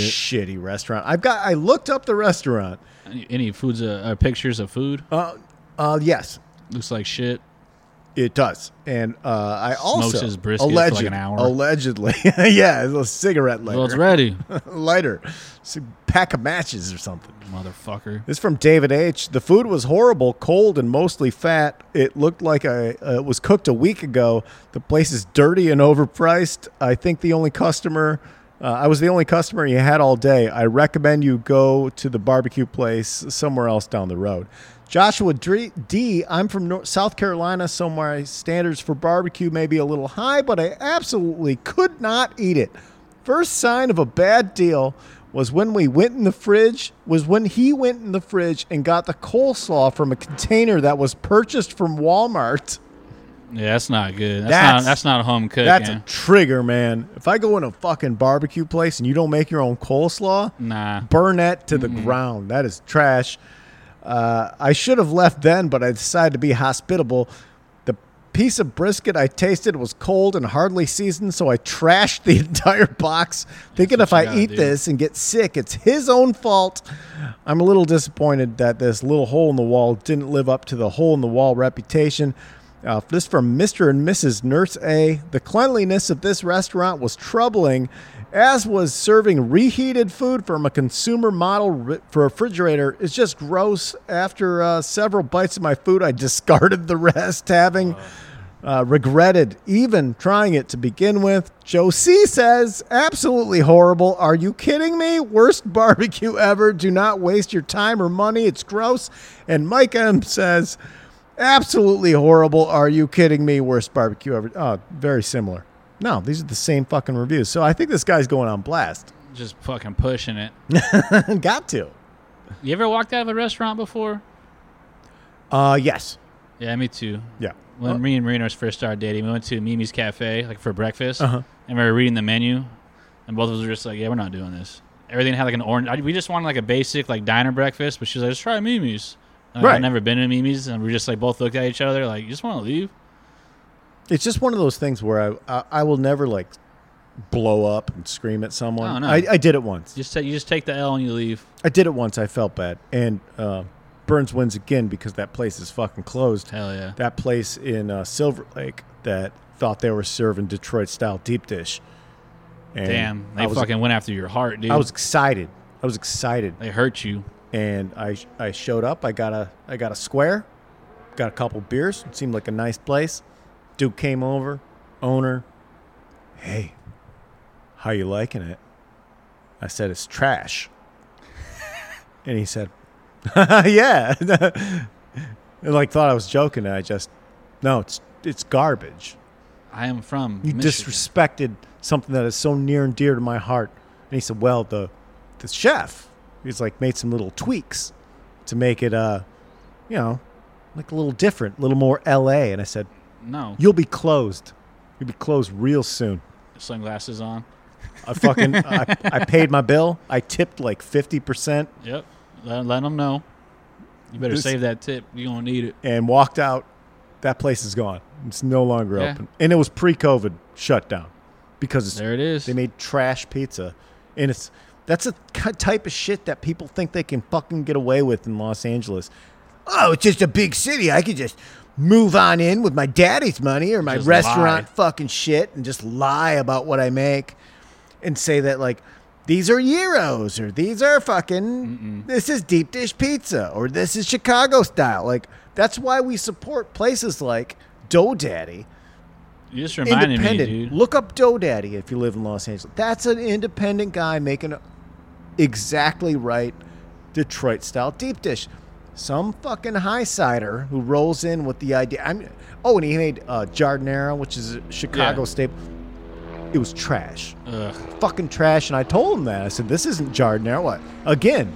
Shitty restaurant. I've got. I looked up the restaurant. Any, any foods uh, or pictures of food Uh, uh, yes, looks like (laughs) shit. it does. And uh, I also his brisket for like an hour. Allegedly, (laughs) yeah, it's a cigarette lighter, Well, it's ready, lighter, (laughs) It's a pack of matches or something. motherfucker. This is from David H. The food was horrible, cold, and mostly fat. It looked like I, uh, it was cooked a week ago. The place is dirty and overpriced. I think the only customer, uh, I was the only customer you had all day. I recommend you go to the barbecue place somewhere else down the road. Joshua Dre- D. I'm from North, South Carolina, so my standards for barbecue may be a little high, but I absolutely could not eat it. First sign of a bad deal was when we went in the fridge, was when he went in the fridge and got the coleslaw from a container that was purchased from Walmart. Yeah, that's not good. That's, That's- not that's not home cook. That's yeah. a trigger, man. If I go in a fucking barbecue place and you don't make your own coleslaw, nah. burn that to the Mm-hmm. ground. That is trash. Uh, I should have left then, but I decided to be hospitable. The piece of brisket I tasted was cold and hardly seasoned, so I trashed the (laughs) entire box, thinking if what you I gotta eat do. this and get sick, it's his own fault. I'm a little disappointed that this little hole in the wall didn't live up to the hole in the wall reputation. Uh, this from Mr. and Mrs. Nurse A. The cleanliness of this restaurant was troubling, as was serving reheated food from a consumer model re- for refrigerator. It's just gross. After uh, several bites of my food, I (laughs) discarded the rest, having uh, regretted even trying it to begin with. Joe C says, absolutely horrible. Are you kidding me? Worst (laughs) barbecue ever. Do not waste your time or money. It's gross. And Mike M says, absolutely horrible. Are you kidding me? Worst barbecue ever. Oh, very similar. No, these are the same fucking reviews. So I think this guy's going on blast. (laughs) Just fucking pushing it. Got to. You ever walked out of a restaurant before? Uh, yes. Yeah, me too. Yeah. When me and Marinos first started dating, we went to Mimi's Cafe like for breakfast, Uh-huh. and we were reading the menu, and both of us were just like, "Yeah, we're not doing this." Everything had like an orange. I, we just wanted like a basic like diner breakfast, but she's like, "Let's try Mimi's." And, like, Right. I've never been to Mimi's, and we just like both looked at each other like, "You just want to leave?" It's just one of those things where I, I, I will never like blow up and scream at someone. Oh, no. I, I did it once. Just ta- you just take the L and you leave. I did it once. I felt bad. And uh, Burns wins again because that place is fucking closed. Hell yeah. That place in uh, Silver Lake that thought they were serving Detroit style deep dish. And Damn, they I was, fucking went after your heart, dude. I was excited. I was excited, they hurt you. and I I showed up. I got a I got a square, got a couple beers. It seemed like a nice place. Dude came over, owner. Hey, how you liking it? I said it's trash. (laughs) and he said, (laughs) "Yeah." (laughs) and like thought I was joking, and I just, no, it's it's garbage. I am from You Michigan. disrespected something that is so near and dear to my heart. And he said, "Well, the the chef, he's like made some little tweaks to make it, uh, you know, like a little different, a little more L.A." And I said, No "You'll be closed. You'll be closed real soon." sunglasses on. (laughs) I fucking I, I paid my bill. I tipped like fifty percent Yep. Let, let them know. You better This- save that tip. You gonna need it. and walked out. That place is gone. It's no longer Yeah. open, and it was pre-COVID shutdown because it's There it is. They made trash pizza, and it's that's a ki- type of shit that people think they can fucking get away with in Los Angeles. Oh, it's just a big city. I could just move on in with my daddy's money or my Just restaurant lie. fucking shit and just lie about what I make and say that like these are euros or these are fucking this is deep dish pizza or this is Chicago style. Like that's why we support places like Dough Daddy you just reminded me, independent. dude. Look up Dough Daddy if you live in Los Angeles. That's an independent guy making a exactly right Detroit style deep dish. Some fucking high sider who rolls in with the idea. I'm oh, and he made uh, jardinera, which is a Chicago Yeah. staple. It was trash, Ugh. fucking trash. And I told him that. I said, "This isn't jardinera." What again?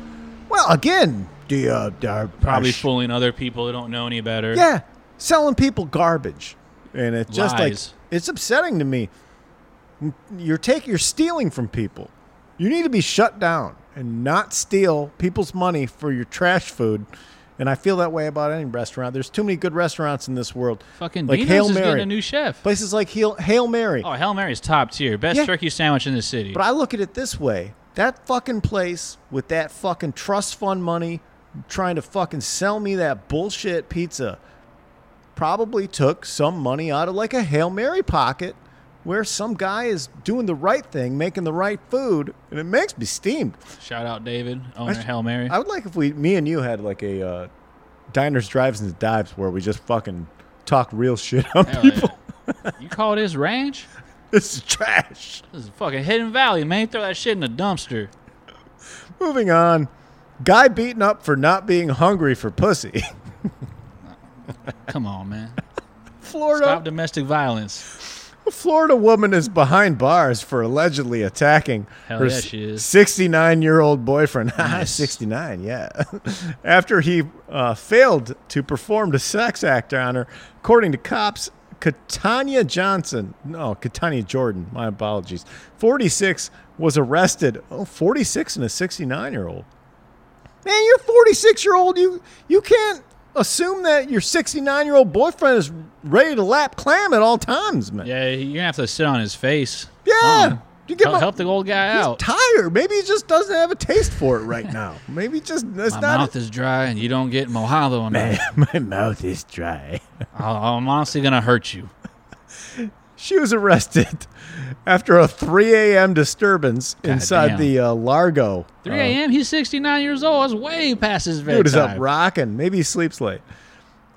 Well, again, the uh, our- Probably our sh- fooling other people who don't know any better. yeah, selling people garbage, and it's just Lies. like it's upsetting to me. You're take you're stealing from people. You need to be shut down and not steal people's money for your trash food. And I feel that way about any restaurant. There's too many good restaurants in this world. Fucking like Beano's Hail is Mary, getting a new chef. places like Hail, Hail Mary. oh, Hail Mary's top tier. Best Yeah. turkey sandwich in the city. But I look at it this way: that fucking place with that fucking trust fund money, trying to fucking sell me that bullshit pizza, probably took some money out of like a hail mary pocket, where some guy is doing the right thing, making the right food, and it makes me steamed. Shout out David, owner I- of Hail Mary. I would like if we, me and you, had like a uh, diners, drives, and dives where we just fucking talk real shit on Hell yeah. people. (laughs) you call this ranch? This is trash. This is fucking Hidden Valley, man. Throw that shit in the dumpster. Moving on. Guy beaten up for not being hungry for pussy. (laughs) Come on, man. Florida. Stop domestic violence. A Florida woman is behind bars for allegedly attacking Hell her yeah, she is. 69 year old boyfriend. (laughs) Ah, Nice. 69, yeah. (laughs) After he uh, failed to perform the sex act on her, according to cops, Katanya Johnson, no, Katanya Jordan, my apologies, 46, was arrested. Oh, 46 and a 69 year old. Man, you're 46 year old. You, you can't assume that your 69 year old boyfriend is ready to lap clam at all times, man. Yeah, you're gonna have to sit on his face. Yeah. Come on. You give Oh. Hel- him- help the old guy He's out. tired. Maybe he just doesn't have a taste for it right (laughs) now. Maybe just that's My not. mouth is dry, and you don't get mojado on me. (laughs) My mouth is dry. I- I'm honestly gonna hurt you. She was arrested after a 3 a.m. disturbance inside damn. the uh, Largo. 3 a.m. He's 69 years old. That's way past his bedtime. Dude is up rocking. Maybe he sleeps late.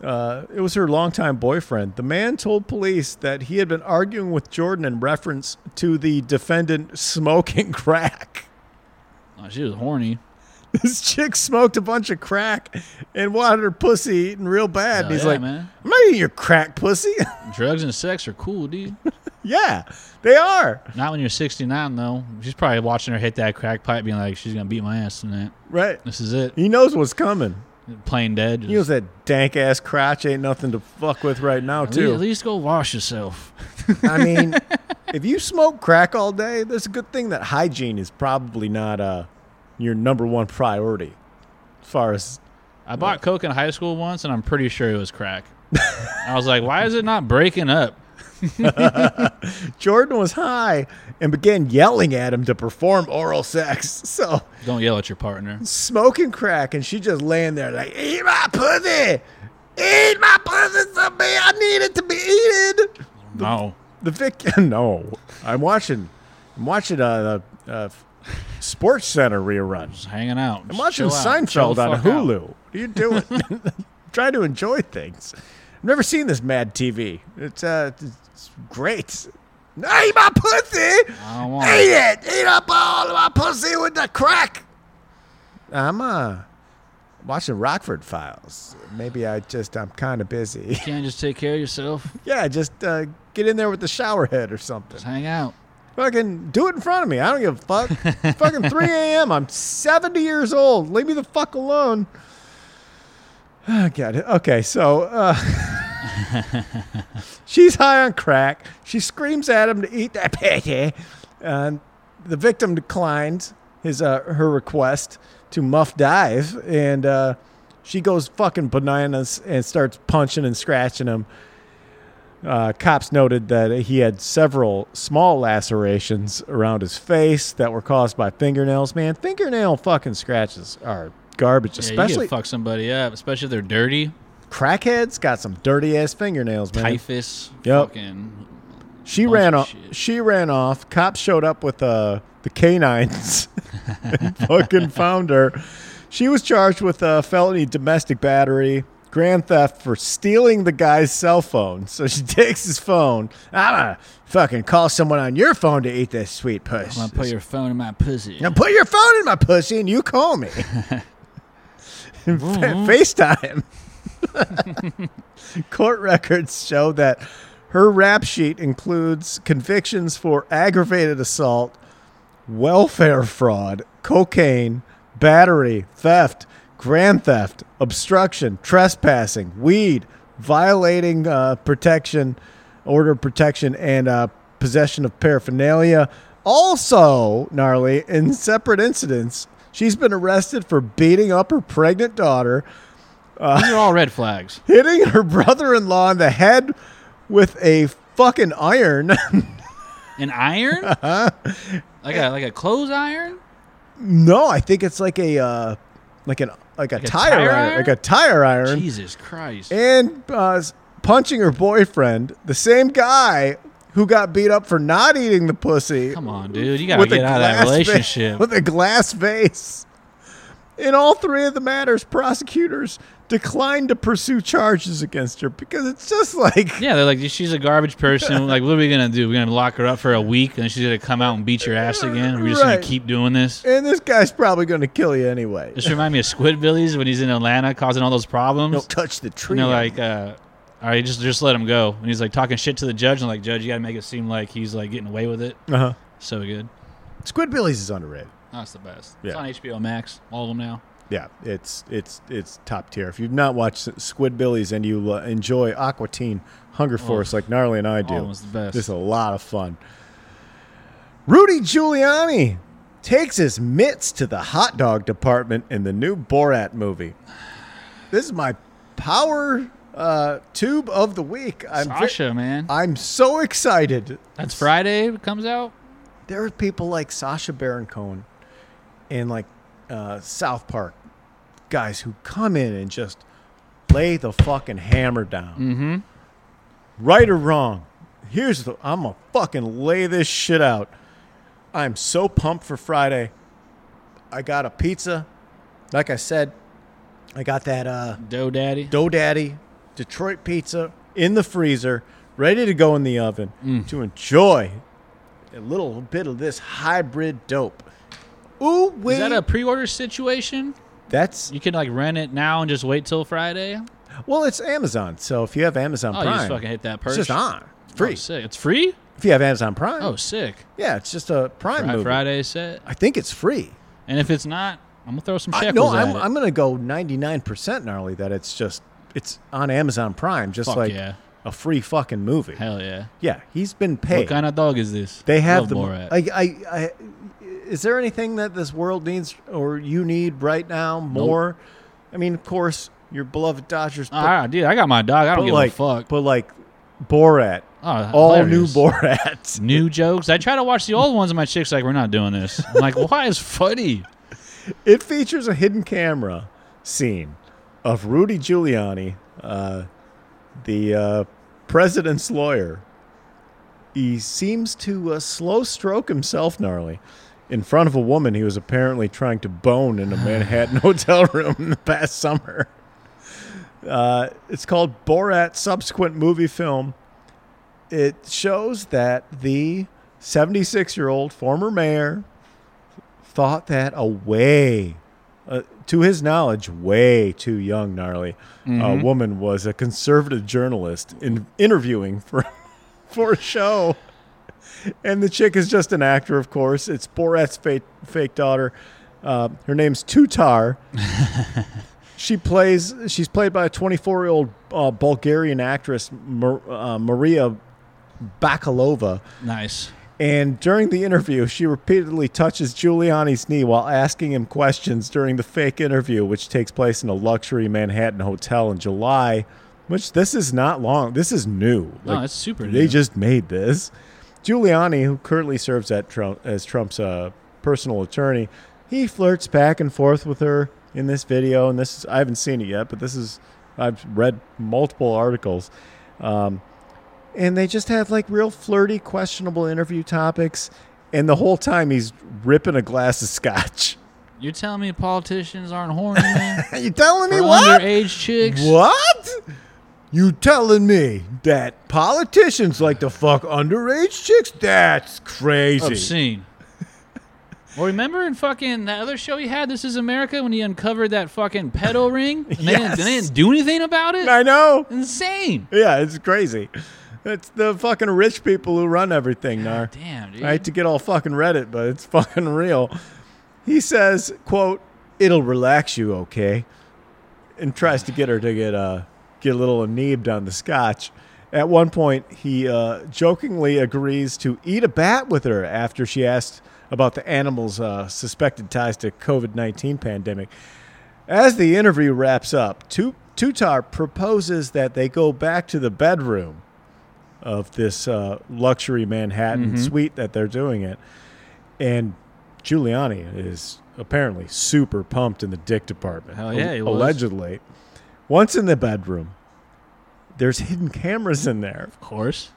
Uh, it was her longtime boyfriend. The man told police that he had been arguing with Jordan in reference to the defendant smoking (laughs) crack. Oh, she was horny. This chick smoked a bunch of crack and wanted her pussy eaten real Hell bad. and he's yeah, like, man. I'm not eating your crack pussy. (laughs) Drugs and sex are cool, dude. yeah, they are. Not when you're 69 though. She's probably watching her hit that crack pipe, being like, "She's gonna beat my ass tonight. Right. This is it. He knows what's coming. Plain dead." He knows that dank ass crotch ain't nothing to fuck with right now, at, least, at too. least go wash yourself. I (laughs) mean, if you smoke crack all day, there's a good thing that hygiene is probably not uh, your number one priority. As far as I bought coke in high school once, and I'm pretty sure it was crack. I was like, "Why is it not breaking up?" Jordan was high and began yelling at him to perform oral sex. (laughs) So Don't yell at your partner. smoking crack and she just laying there like, eat my pussy! Eat my pussy some me! I need it to be eaten! No. The Vic. (laughs) No, I'm watching. I'm watching uh, the uh, Sports Center rerun. Just hanging out. I'm Just watching chill out. Chill Seinfeld the on fuck out. Hulu. What are you doing? (laughs) Try to enjoy things. I've never seen this Mad TV. It's uh, it's great. Eat my pussy. I don't want it. Eat it. Eat up all of my pussy with the crack. I'm uh watching Rockford Files. Maybe I just I'm kind of busy. (laughs) Can't just take care of yourself. yeah, just uh, get in there with the shower head or something. Just hang out. Fucking do it in front of me. I don't give a fuck. (laughs) Fucking 3 a.m. I'm 70 years old. Leave me the fuck alone. I got it. Okay, so uh, (laughs) she's high on crack. She screams at him to eat that patty. And the victim declined his uh, her request to muff dive, and uh, she goes fucking bananas and starts punching and scratching him. Uh, cops noted that he had several small lacerations around his face that were caused by fingernails. Man, fingernail fucking scratches are garbage, Yeah, you especially could fuck somebody up, especially if they're dirty. crackheads got some dirty ass fingernails, man. Typhus. Yep. Fucking. she bunch ran of off. shit. She ran off. Cops showed up with uh, the canines (laughs) (laughs) and fucking found her. She was charged with uh, felony domestic battery, grand theft for stealing the guy's cell phone. So she (laughs) takes his phone. I'm gonna fucking call someone on your phone to eat this sweet puss. I'm gonna put your phone in my pussy. Now put your phone in my pussy and you call me. (laughs) In fa- FaceTime. (laughs) Court records show that her rap sheet includes convictions for aggravated assault, welfare fraud, cocaine, battery, theft, grand theft, obstruction, trespassing, weed, violating uh, protection, order of protection, and uh, possession of paraphernalia. Also, gnarly, in separate incidents, she's been arrested for beating up her pregnant daughter, These are all red flags. hitting her (laughs) brother in law in the head with a fucking iron. (laughs) An iron? Like a like a clothes iron? no, I think it's like a. Uh, like an like a, a tire, tire iron, iron? like a tire iron, Jesus Christ. and uh, punching her boyfriend, the same guy who got beat up for not eating the pussy. Come on, dude. You gotta a get out of that glass va- relationship. with a glass vase. In all three of the matters, prosecutors declined to pursue charges against her because it's just like Yeah, they're like she's a garbage (laughs) person. Like, what are we gonna do? We're gonna lock her up for a week, and then she's gonna come out and beat your ass again. We're just Right. gonna keep doing this. and this guy's probably going to kill you anyway. This remind me of Squidbillies when he's in Atlanta causing all those problems. Don't touch the tree. And they're like, uh, all right, just just let him go. And he's like talking shit to the judge, and like, judge, you gotta make it seem like he's like getting away with it. uh-huh. So good. Squidbillies is underrated. That's the best. Yeah. It's on HBO Max. All of them now. yeah, it's it's it's top tier. If you've not watched Squid Billies and you uh, enjoy Aqua Teen Hunger Force like Gnarly and I do, almost Oh, the best. this is a lot of fun. Rudy Giuliani takes his mitts to the hot dog department in the new Borat movie. This is my power uh, tube of the week. I'm ve- Sasha, man. I'm so excited. That's Friday it comes out. There are people like Sasha Baron Cohen and like uh, South Park guys who come in and just lay the fucking hammer down. Mm-hmm. Right or wrong, here's the I'm gonna fucking lay this shit out. I'm so pumped for Friday. I got a pizza. Like I said, I got that uh, Doe Daddy. Dough Daddy, Detroit pizza in the freezer, ready to go in the oven Mm. to enjoy a little bit of this hybrid dope. Ooh, wait. Is that a pre-order situation? That's You can like rent it now and just wait till Friday. well, it's Amazon. So if you have Amazon Oh, Prime, you just fucking hit that it's purchase. just on It's free. Oh, sick. It's free. if you have Amazon Prime, Oh, sick. yeah, it's just a Prime Fri- movie. Friday set. I think it's free. And if it's not, I'm gonna throw some I, shekels no, at I'm, it. I'm gonna go 99% gnarly that it's just it's on Amazon Prime, just Fuck like yeah. a free fucking movie. Hell yeah. yeah, he's been paid. What kind of dog is this? They Love have the. Borat. I, I, I, is there anything that this world needs or you need right now more? I mean, of course, your beloved Dodgers. but- ah, dude, I got my dog. I but don't give like, a fuck. But like Borat, Oh, all hilarious. (laughs) new Borat. New jokes. I try to watch the old ones, and my chick's like, "We're not doing this." I'm (laughs) like, "Why is funny?" It features a hidden camera scene of Rudy Giuliani, uh, the uh, president's lawyer. He seems to uh, slow stroke himself, gnarly, in front of a woman he was apparently trying to bone in a Manhattan hotel room in the past summer. Uh, it's called Borat Subsequent Movie Film. It shows that the 76 year old former mayor thought that a way, uh, to his knowledge, way too young, gnarly, a woman was a conservative journalist in interviewing for (laughs) for a show. And the chick is just an actor, of course. It's Borat's fake, fake daughter. Uh, her name's Tutar. she plays. She's played by a 24 year old uh, Bulgarian actress Mar- uh, Maria Bakalova. Nice. And during the interview, she repeatedly touches Giuliani's knee while asking him questions during the fake interview, which takes place in a luxury Manhattan hotel in July. Which this is not long. This is new. No, it's super They new. just made this. Giuliani, who currently serves at Trump, as Trump's uh, personal attorney, he flirts back and forth with her in this video. And this is, I haven't seen it yet, but this is I've read multiple articles Um, and they just have like real flirty, questionable interview topics. And the whole time he's ripping a glass of scotch. (laughs) You're telling me politicians aren't horny, (laughs) man? Are you telling me For what? underage chicks? What? You telling me that politicians like to fuck underage chicks? That's crazy. Obscene. Well, remember in fucking that other show he had, This Is America, when he uncovered that fucking (laughs) pedo ring? And they, didn't, Yes. they didn't do anything about it? I know. Insane. Yeah, it's crazy. It's the fucking rich people who run everything, Nar. Damn, dude. I hate to get all fucking Reddit, but it's (laughs) fucking real. He says, "quote It'll relax you, okay," and tries to get her to get uh get a little ineebed on the scotch. At one point, he uh, jokingly agrees to eat a bat with her after she asked about the animal's uh, suspected ties to COVID nineteen pandemic. As the interview wraps up, Tu- Tutar proposes that they go back to the bedroom of this uh, luxury Mm-hmm. Manhattan suite that they're doing it. And Giuliani is apparently super pumped in the dick department. Hell yeah, he was. allegedly. Once in the bedroom, there's hidden cameras in there, Of course.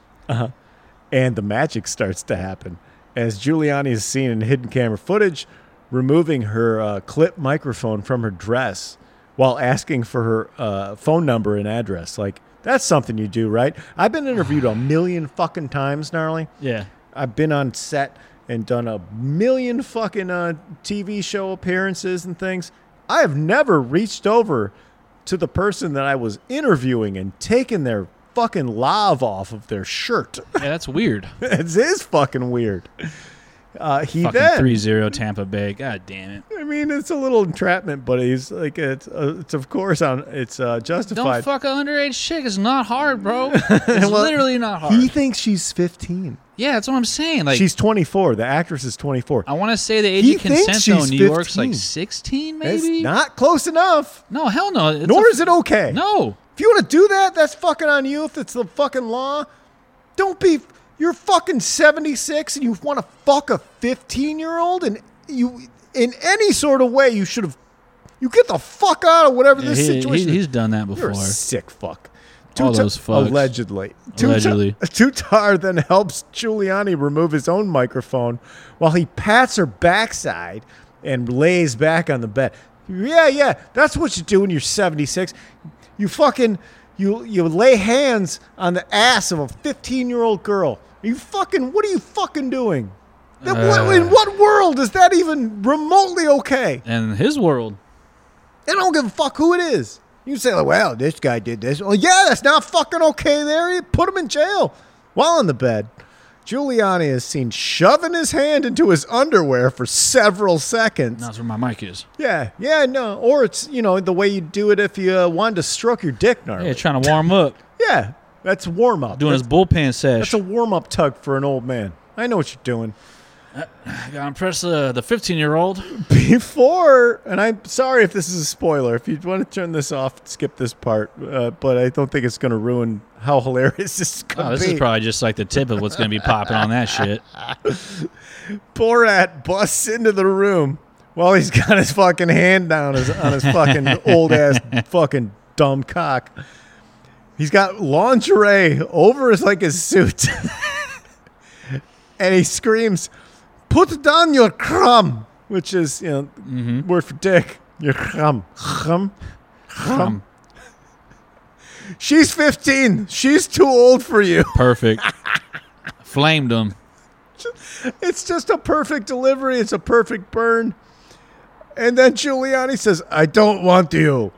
and the magic starts to happen. As Giuliani is seen in hidden camera footage, removing her uh, clip microphone from her dress while asking for her uh, phone number and address. Like, that's something you do, right? I've been interviewed a million fucking times, gnarly. Yeah. I've been on set and done a million fucking uh, TV show appearances and things. I have never reached over to the person that I was interviewing and taken their fucking lav off of their shirt. (laughs) Yeah, that's weird. It is fucking weird. Uh, he Fucking then 3-0 Tampa Bay. God damn it. I mean, it's a little entrapment, but he's like it's uh, it's of course on it's uh, Don't justified. fuck an underage chick. It's not hard, (laughs) bro. It's Well, literally not hard. He thinks she's 15. yeah, that's what I'm saying. Like she's 24. The actress is 24. I want to say the age He of thinks consent though in she's New York's like 15. 16 It's maybe. not close enough. no, hell no. It's Nor a- is it okay. No. If you want to do that, that's fucking on you. If it's the fucking law, don't be. You're fucking 76 and you want to fuck a 15 year old, and you in any sort of way you should have. You get the fuck out of whatever this He- he- situation. is. he's done that You're before. a sick fuck. All Tutar- those fucks. Allegedly. Tutar- (laughs) Allegedly. Tutar then helps Giuliani remove his own microphone while he pats her backside and lays back on the bed. Yeah, yeah. That's what you do when you're 76. You fucking you you lay hands on the ass of a 15-year-old girl. Are you fucking what are you fucking doing? That- Uh. what- in what world is that even remotely okay? And his world. They don't give a fuck who it is. You say, like, well, this guy did this. Well, yeah, that's not fucking okay there. You put him in jail while in the bed. Giuliani is seen shoving his hand into his underwear for several seconds. That's where my mic is. Yeah, yeah, no. Or it's, you know, the way you do it if you uh, wanted to stroke your dick gnarly. Yeah, trying to warm up, Yeah, that's warm up. doing his that's, bullpen sesh. that's a warm up tug for an old man. I know what you're doing. I gotta impress uh, the 15 year old. before, and I'm sorry if this is a spoiler. If you want to turn this off, skip this part. Uh, but I don't think it's going to ruin how hilarious this is going Oh, to this be. is probably just like the tip of what's gonna be popping on that (laughs) shit. Borat busts into the room while he's got his fucking hand down his, on his fucking (laughs) old ass fucking dumb cock. He's got lingerie over his like his suit, (laughs) and he screams, "Put down your crumb," which is you know Mm-hmm. word for dick. Your crumb, crumb, crumb. She's fifteen. She's too old for you. (laughs) Perfect. Flamed him. It's just a perfect delivery. It's a perfect burn. And then Giuliani says, I don't want you.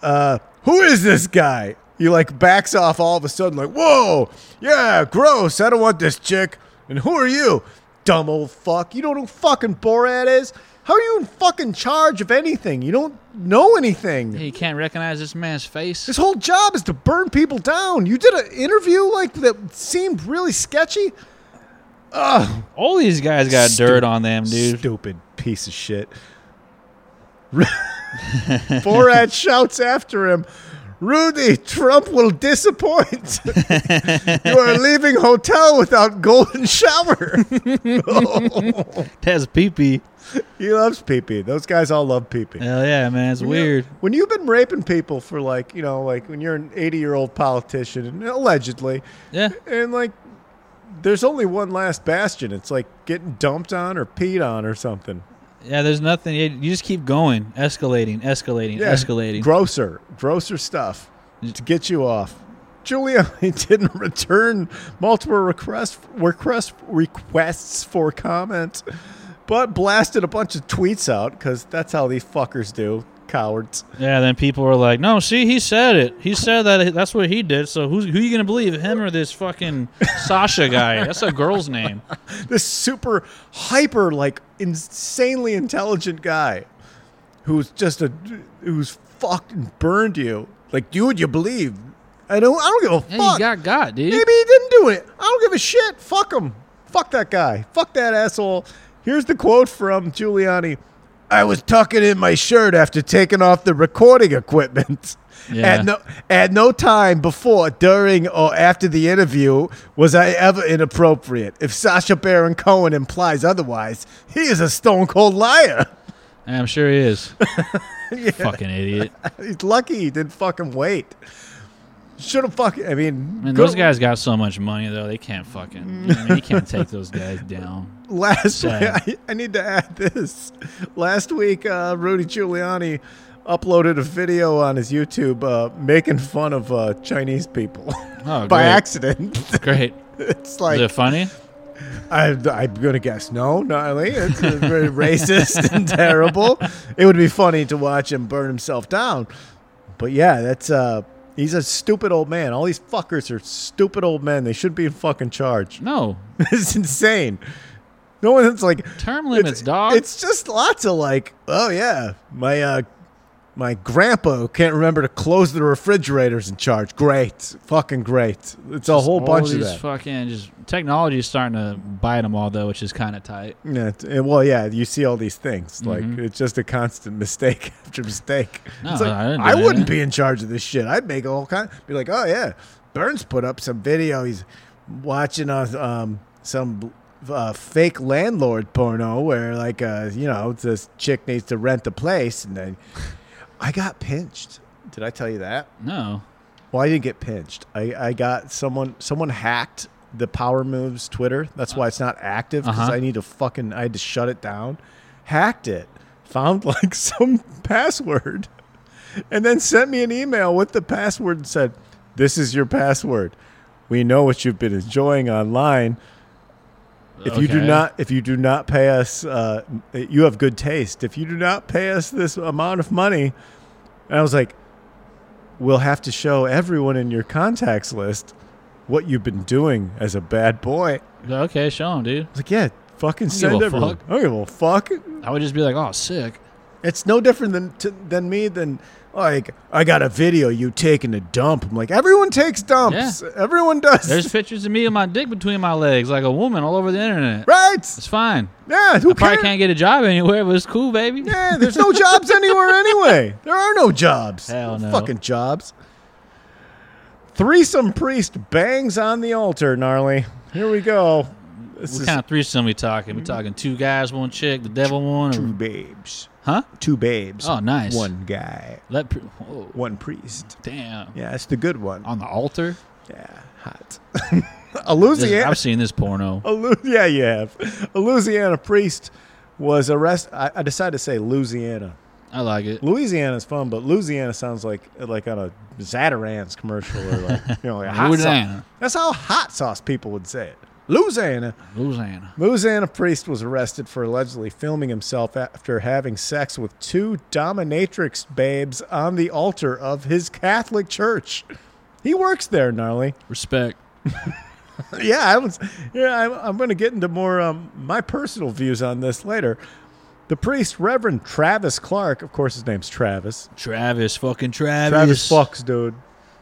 Uh, who is this guy? He like backs off all of a sudden, like, whoa, yeah, gross. I don't want this chick. And who are you? Dumb old fuck. You don't know who fucking Borat is? How are you in fucking charge of anything? You don't know anything. He can't recognize this man's face. His whole job is to burn people down. You did an interview like that seemed really sketchy. All these guys got Stu- dirt on them, dude. Stupid piece of shit. (laughs) Borat shouts after him, Rudy, Trump will disappoint. (laughs) you are leaving hotel without golden shower. (laughs) That's pee pee. he loves pee-pee. Those guys all love pee-pee. Hell yeah, man. It's weird. When you've been raping people for like, you know, like when you're an 80-year-old politician, allegedly, Yeah. and like there's only one last bastion. It's like getting dumped on or peed on or something. Yeah, there's nothing. You you just keep going, escalating, escalating, escalating. Grosser, grosser stuff to get you off. (laughs) Giuliani didn't return multiple requests request, requests for comment, but blasted a bunch of tweets out because that's how these fuckers do, cowards. yeah, then people were like, "No, see, he said it. He said that. That's what he did. So who's who you gonna believe, him or this (laughs) fucking Sasha guy? That's a girl's (laughs) name. This super hyper, like insanely intelligent guy who's just a who's fucked and burned you. Like, dude, you believe? I don't. I don't give a Yeah, fuck. you got got, dude. Maybe he didn't do it. I don't give a shit. Fuck him. Fuck that guy. Fuck that asshole. Here's the quote from Giuliani. I was tucking in my shirt after taking off the recording equipment. (laughs) Yeah. At no at no time before, during, or after the interview was I ever inappropriate. If Sasha Baron Cohen implies otherwise, he is a stone cold liar. (laughs) I'm sure he is. Fucking (laughs) idiot. He's lucky he didn't fucking wait. Should have fucking. I mean, Man, good- those guys got so much money though. They can't fucking. I mean, you (laughs) can't take those guys down. Last week, Sad. (laughs) I, I need to add this. Last week, uh, Rudy Giuliani uploaded a video on his YouTube uh, making fun of uh, Chinese people (laughs) Oh, by great. accident. (laughs) Great. it's Is it like funny? I, I'm gonna guess no, not really. It's uh, very (laughs) racist and terrible. It would be funny to watch him burn himself down, but yeah, that's uh, he's a stupid old man. All these (laughs) fuckers are stupid old men. They should be in fucking charge. No. it's insane. No one that's like Term it's- limits, dog. It's just lots of like, oh yeah, my uh, my grandpa can't remember to close the refrigerators and charge. Great, fucking great. It's a whole All bunch of these that. fucking just technology is starting to bite them all though, which is kind of tight. yeah, t- and, well, yeah, you see all these things. Like it's just a constant (laughs) mistake after mistake. Mm-hmm. No, it's like, I didn't do that. wouldn't be in charge of this shit. I'd make a whole kind. Be like, oh yeah, Burns put up some video. He's watching on um, some uh, fake landlord porno where like uh, you know this chick needs to rent the place, and then I got pinched. Did I tell you that? No, Well, I didn't get pinched. I, I got someone someone hacked the Power Moves Twitter. That's why it's not active because Uh-huh. I need to fucking I had to shut it down. Hacked it. Found (laughs) like some password, and then sent me an email with the password and said, "This is your password. We know what you've been enjoying online. If you do Okay. not, if you do not pay us, uh, you have good taste. If you do not pay us this amount of money, and I was like, we'll have to show everyone in your contacts list what you've been doing as a bad boy. I okay, show them, dude. was like, yeah, fucking give send a everyone. fuck. I don't give a fuck. I would just be like, oh, sick. It's no different than to, than me than like I got a video you taking a dump. I'm like, everyone takes dumps. Everyone does. (laughs) There's pictures of me with my dick between my legs, like a woman, all over the internet. right? It's fine. Yeah. Who I probably cares? can't get a job anywhere, but it's cool, baby. (laughs) Yeah, there's no jobs anywhere anyway. There are no jobs. Hell no. Fucking jobs. Threesome priest bangs on the altar, gnarly. Here we go. This What is kind of threesome we talking? We talking two guys, one chick, the devil one, two or, babes. huh? Two babes. Oh, nice. One guy. Let pre- whoa, One priest. damn Yeah, it's the good one. on the altar. Yeah, hot. (laughs) a This- Louisiana. I've seen this porno. A (laughs) Lu- yeah, you have. A Louisiana priest was arrested. I, I decided to say Louisiana. I like it. Louisiana's fun, but Louisiana sounds like like on a Zatarans commercial or like you know like a hot sauce. Louisiana. That's how hot sauce people would say it. Louisiana. Louisiana. Louisiana priest was arrested for allegedly filming himself after having sex with two dominatrix babes on the altar of his Catholic church. He works there, gnarly. Respect. Yeah, I was. Yeah, I'm, I'm going to get into more um, my personal views on this later. The priest, Reverend Travis Clark, of course, his name's Travis. Travis, fucking Travis. Travis fucks, dude.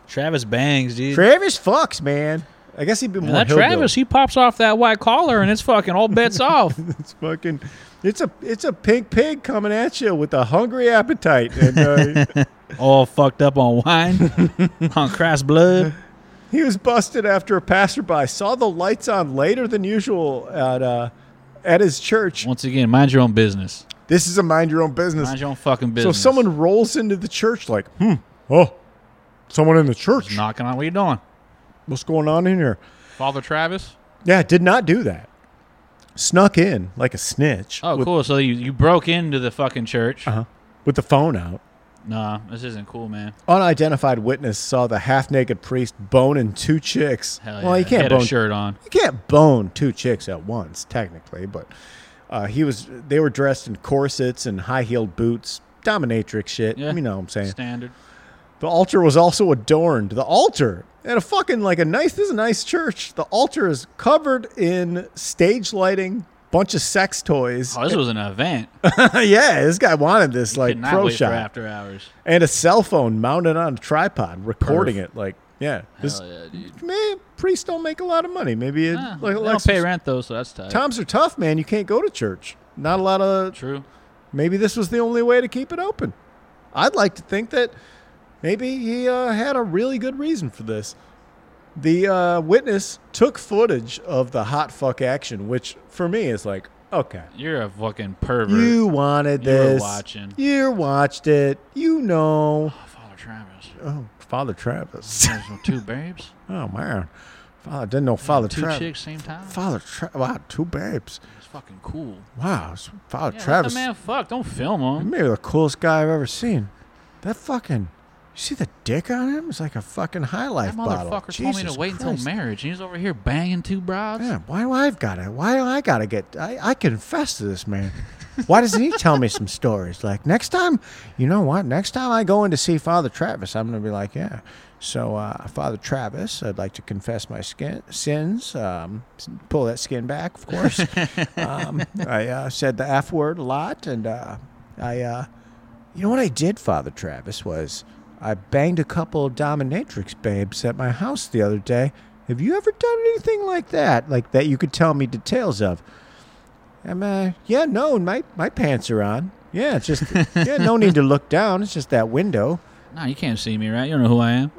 Travis bangs, dude. Travis fucks, man. I guess he'd be more. And that hillbilly. Travis, he pops off that white collar, and it's fucking all (laughs) bets off. it's fucking. It's a it's a pink pig coming at you with a hungry appetite, and uh, All fucked up on wine, (laughs) on crass blood. he was busted after a passerby saw the lights on later than usual at uh, at his church. Once again, mind your own business. This is a mind your own business. Mind your own fucking so if business. someone rolls into the church, like, hmm, oh, someone in the church. knocking on, what you doing, What's going on in here? Father Travis? Yeah, did not do that. Snuck in like a snitch Oh, with, cool. So you, you broke into the fucking church. uh-huh, with the phone out. Nah, this isn't cool, man. Unidentified witness saw the half-naked priest boning two chicks. Hell yeah. well, you He can't had bone a shirt on. you can't bone two chicks at once, technically, but uh, he was they were dressed in corsets and high-heeled boots, dominatrix shit. Yeah. You know what I'm saying? Standard. The altar was also adorned. The altar at a fucking like a nice this is a nice church. The altar is covered in stage lighting, bunch of sex toys. Oh, this was an (laughs) event. yeah, this guy wanted this like Could not pro wait for shot after hours. and a cell phone mounted on a tripod, recording Perf. it. Like, yeah, this Hell yeah, dude. man, priests don't make a lot of money. Maybe it, Nah, like they don't Alexis- pay rent though, so that's tight. times are tough, man. You can't go to church. Not a lot of. True. Maybe this was the only way to keep it open. I'd like to think that maybe he uh, had a really good reason for this. The uh, witness took footage of the hot fuck action, which for me is like, okay, You're a fucking pervert. Oh, you wanted You were this. watching. You watched it. You know. Father Travis. Oh, Father (laughs) Travis. There's no two babes. Oh man, Father didn't know Father two Travis. chicks same time. Father Travis. Wow, two babes. It's fucking cool. Wow, it's Father Yeah, Travis. Travis. Let the man fuck. Don't film him. Maybe the coolest guy I've ever seen. That fucking. You see the dick on him? It's like a fucking high life That bottle. motherfucker told me to Jesus wait until Christ. marriage, and he's over here banging two broads. Man, why do I've got it? Why do I gotta get? I, I confess to this man. Why doesn't he tell me some stories? Like next time, you know what? Next time I go in to see Father Travis, I'm gonna be like, yeah. So uh, Father Travis, I'd like to confess my skin, sins. Um, s- pull that skin back, (laughs) of course. um, I uh, said the f word a lot, and uh, I, uh, you know what I did, Father Travis, was I banged a couple of dominatrix babes at my house the other day. Have you ever done anything like that, like that you could tell me details of? I'm, uh, yeah, no, my, my pants are on. (laughs) Yeah, it's just, yeah, no need to look down. It's just that window. No, you can't see me, right? You don't know who I am.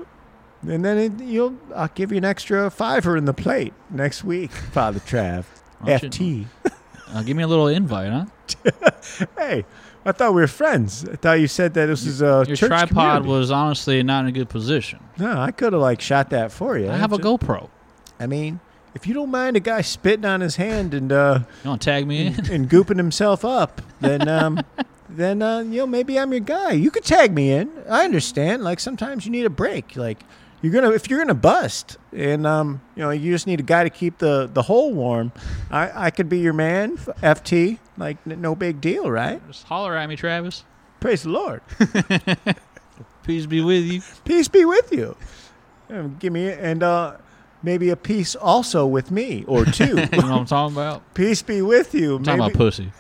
And then it, you'll, I'll give you an extra fiver in the plate next week, (laughs) Father Trav. Well, shit. FT. Uh, give me a little invite, huh? Hey, I thought we were friends. I thought you said that this is a Your church tripod community. was honestly not in a good position. No, I could have like shot that for you. I have a GoPro. I mean, if you don't mind a guy spitting on his hand (laughs) and uh, You want to tag me in? and gooping himself up, (laughs) then um, then uh, you know maybe I'm your guy. You could tag me in. I understand. Like sometimes you need a break. Like you're gonna if you're gonna bust, and um, you know you just need a guy to keep the the hole warm. I I could be your man, f- FT. Like n- no big deal, right? Just holler at me, Travis. Praise (laughs) the Lord. Peace be with you. peace be with you. Um, give me and uh, maybe a peace also with me (laughs) or two. You know what I'm talking about? peace be with you. I'm talking about maybe- pussy.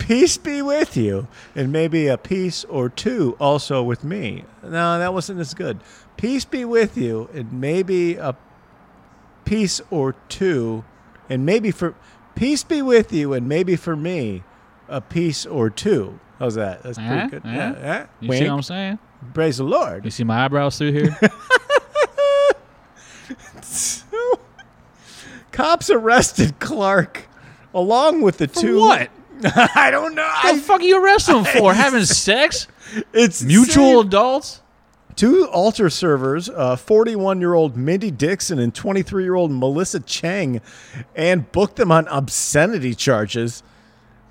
peace be with you, and maybe a piece or two also with me. No, that wasn't as good. Peace be with you, and maybe a piece or two, and maybe for peace be with you, and maybe for me, a piece or two. How's that? That's pretty Yeah, good. yeah. yeah. You see Wink. what I'm saying? Praise the You Lord. see my eyebrows through (laughs) here? Cops arrested Clark along with the two. what? (laughs) I don't know. What the I, fuck are you (laughs) arresting them for? Having sex? it's Mutual insane. adults? Two altar servers, 41 year old Mindy Dixon and 23 year old Melissa Chang, and booked them on obscenity charges.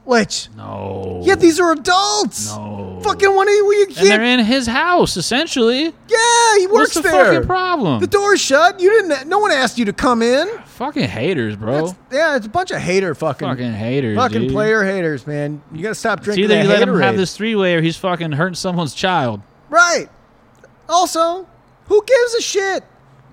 Which, No. yeah, these are adults. No. Fucking one of you, you and they're can't. in his house, essentially. Yeah, he What's works the there. fucking problem? The door's shut. You didn't. No one asked you to come in. fucking haters, bro. That's- yeah, it's a bunch of hater fucking. fucking haters. fucking dude. player haters, man. You gotta stop It's drinking either that you let him have Haterade. this three way or he's fucking hurting someone's child. Right. Also, who gives a shit?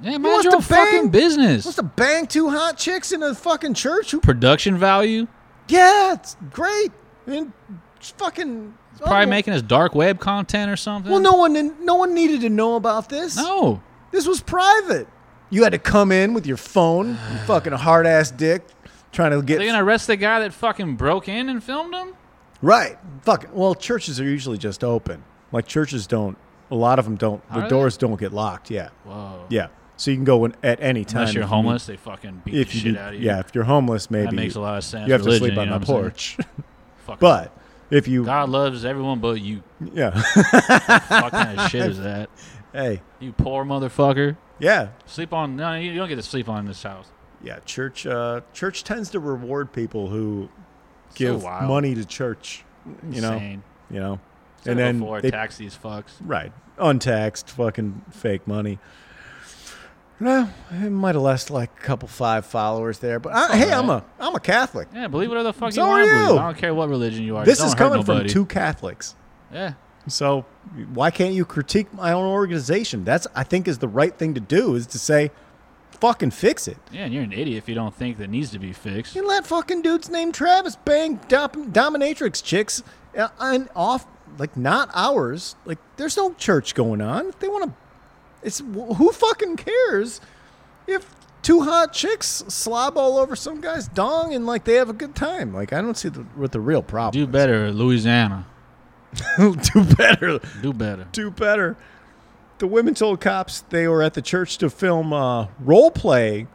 Yeah, mind wants your to own fucking bang- business. Wants to bang two hot chicks in a fucking church? Who Production value? Yeah, it's great. And it's fucking Probably unbel- making us dark web content or something. Oh, Well, no one, in- no one needed to know about this. No. this was private. You had to come in with your phone, (sighs) you fucking hard ass dick, trying to get They're gonna arrest the guy that fucking broke in and filmed him? right. Fucking well, churches are usually just open. Like churches don't. A lot of them don't. Are The they? doors don't get locked. Yeah, Whoa. yeah. So you can go in at any time. Unless you're if you homeless, they fucking beat need- the If you shit need- out of you. yeah, if you're homeless, maybe That makes a lot of sense. you have Religion, to sleep on you know my what I'm saying? porch. Fuck. but if you, God loves everyone but you. (laughs) yeah, Fuck kind of shit is that? hey, You poor motherfucker. yeah, Sleep on. No, you don't get to sleep on in this house. Yeah, church. Uh, church tends to reward people who give wild. money to church. You know, Insane. you know, Said and it then before, they, tax these fucks. right untaxed fucking fake money. No, it might have lost like a couple five followers there, but I, hey, I'm a I'm a Catholic. Yeah, believe whatever the fuck So you are want to believe. you. I don't care what religion you are. This Don't is hurt coming from nobody. two Catholics, Yeah. so why can't you critique my own organization? That's I think is the right thing to do is to say, fucking fix it. Yeah, and you're an idiot if you don't think that needs to be fixed. And that fucking dude's named Travis bang dom- dominatrix chicks uh, and off like not ours. Like there's no church going on. If they want to, it's wh- who fucking cares if two hot chicks slob all over some guy's dong and like they have a good time. Like I don't see the, what the real Do problem. better, Louisiana. Do (laughs) do better. Do better. Do better. The women told cops they were at the church to film uh, role play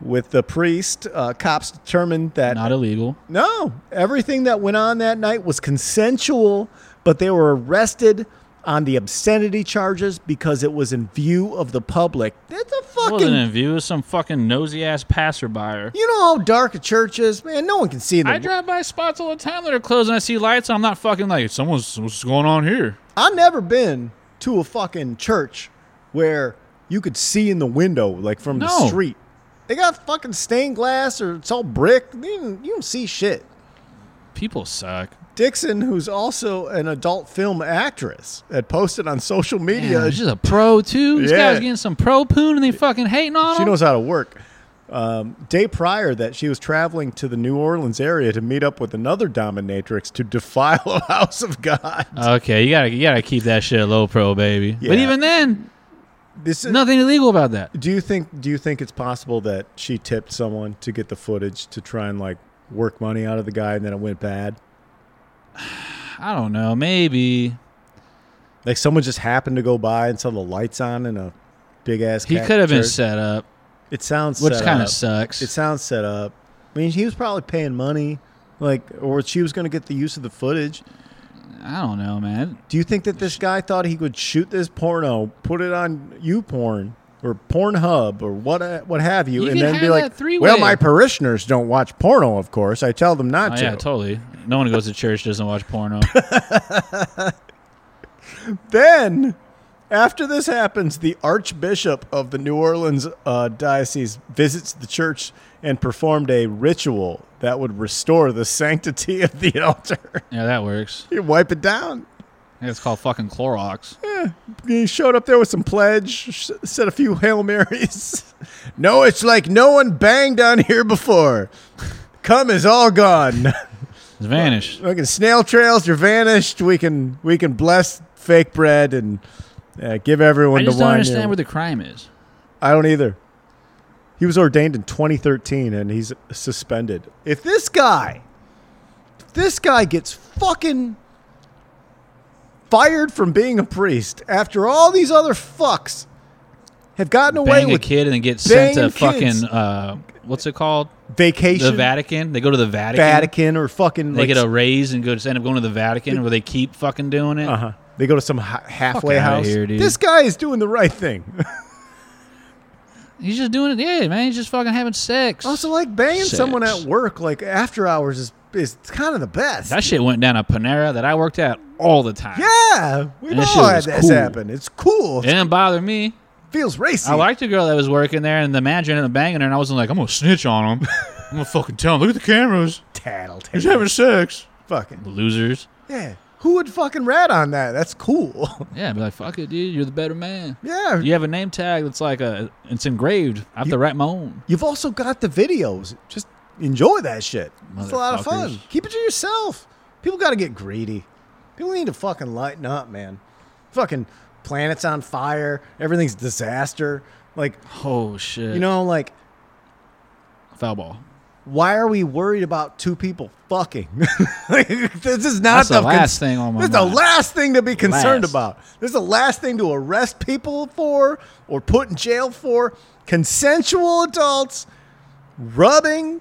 with the priest. Uh, cops determined that Not illegal. No, everything that went on that night was consensual, but they were arrested on the obscenity charges because it was in view of the public. That's a fucking. Wasn't in view. It was some fucking nosy ass passerby. You know how dark a church is, man. No one can see in the. I drive by spots all the time that are closed and I see lights. I'm not fucking like, someone's, what's going on here? I've never been to a fucking church where you could see in the window, like from No. the street. They got fucking stained glass or it's all brick. You, don't- you don't see shit. People suck. Dixon, who's also an adult film actress, had posted on social media. Yeah, she's a pro too. This Yeah. guy's getting some pro poon and they fucking hating on She him. knows how to work. Um, day prior, that she was traveling to the New Orleans area to meet up with another dominatrix to defile a (laughs) house of God. okay, you gotta you gotta keep that shit low pro, baby. But Yeah. even then, This is, nothing illegal about that. do you think? Do you think it's possible that she tipped someone to get the footage to try and like work money out of the guy, and then it went bad? I don't know. Maybe Like someone just happened to go by and saw the lights on in a big ass. he could have been set up, It sounds which set kind up. of sucks. It sounds set up. I mean, he was probably paying money, like, or she was going to get the use of the footage. I don't know, man. Do you think that this guy thought he would shoot this porno, put it on YouPorn or Pornhub or what what have you, You and can then be have like, that three-way. "Well, my parishioners don't watch porno, of course. I tell them not Oh, to." yeah, totally. No one who goes to church doesn't watch (laughs) porno. then, after this happens, the Archbishop of the New Orleans uh, diocese visits the church and performed a ritual that would restore the sanctity of the (laughs) altar. yeah, that works. you wipe it down. I think it's called fucking Clorox. he showed up there with some pledge, s- said a few (laughs) Hail Marys. no, it's like no one banged on here before. Come is all gone. It's vanished. Fucking snail trails are vanished. We can we can bless fake bread and uh, give everyone I the just don't wine. understand you- where the crime is. I don't either. He was ordained in 2013 and he's suspended. If this guy, if this guy gets fucking fired from being a priest after all these other fucks have gotten away Bang a with kid and then get sent to banging kids. fucking uh, what's it called? vacation, The Vatican. They go to the Vatican. Vatican, or fucking They like, get a raise and go to end up going to the Vatican where they keep fucking doing it. uh-huh. They go to some ha- halfway outta house. here, dude. this guy is doing the right thing. (laughs) He's just doing it. Yeah, man. He's just fucking having sex. also, like banging someone at Sex. work like after hours is is kind of the best. that shit went down at Panera that I worked at all the time. Yeah, we've And that all shit had was this cool. happen. It's cool. It didn't bother me. feels racy. I liked the girl that was working there, and the manager ended up banging her, and I wasn't like, I'm gonna snitch on him. (laughs) I'm gonna fucking tell him. Look at the cameras. tattletale. He's having sex. fucking Losers. yeah. Who would fucking rat on that? That's cool. (laughs) Yeah, be like, fuck it, dude. You're the better man. yeah. You have a name tag that's like a, it's engraved. I have to write my own. You've also got the videos. Just enjoy that shit. It's a lot of fun. Motherfuckers. Keep it to yourself. People got to get greedy. People need to fucking lighten up, man. Fucking planets on fire. Everything's disaster. Like Oh shit. you know, like foul ball. why are we worried about two people fucking? (laughs) Like, this is not That's the cons- last thing on my This is mind. the last thing to be concerned Last. about. This is the last thing to arrest people for or put in jail for. Consensual adults rubbing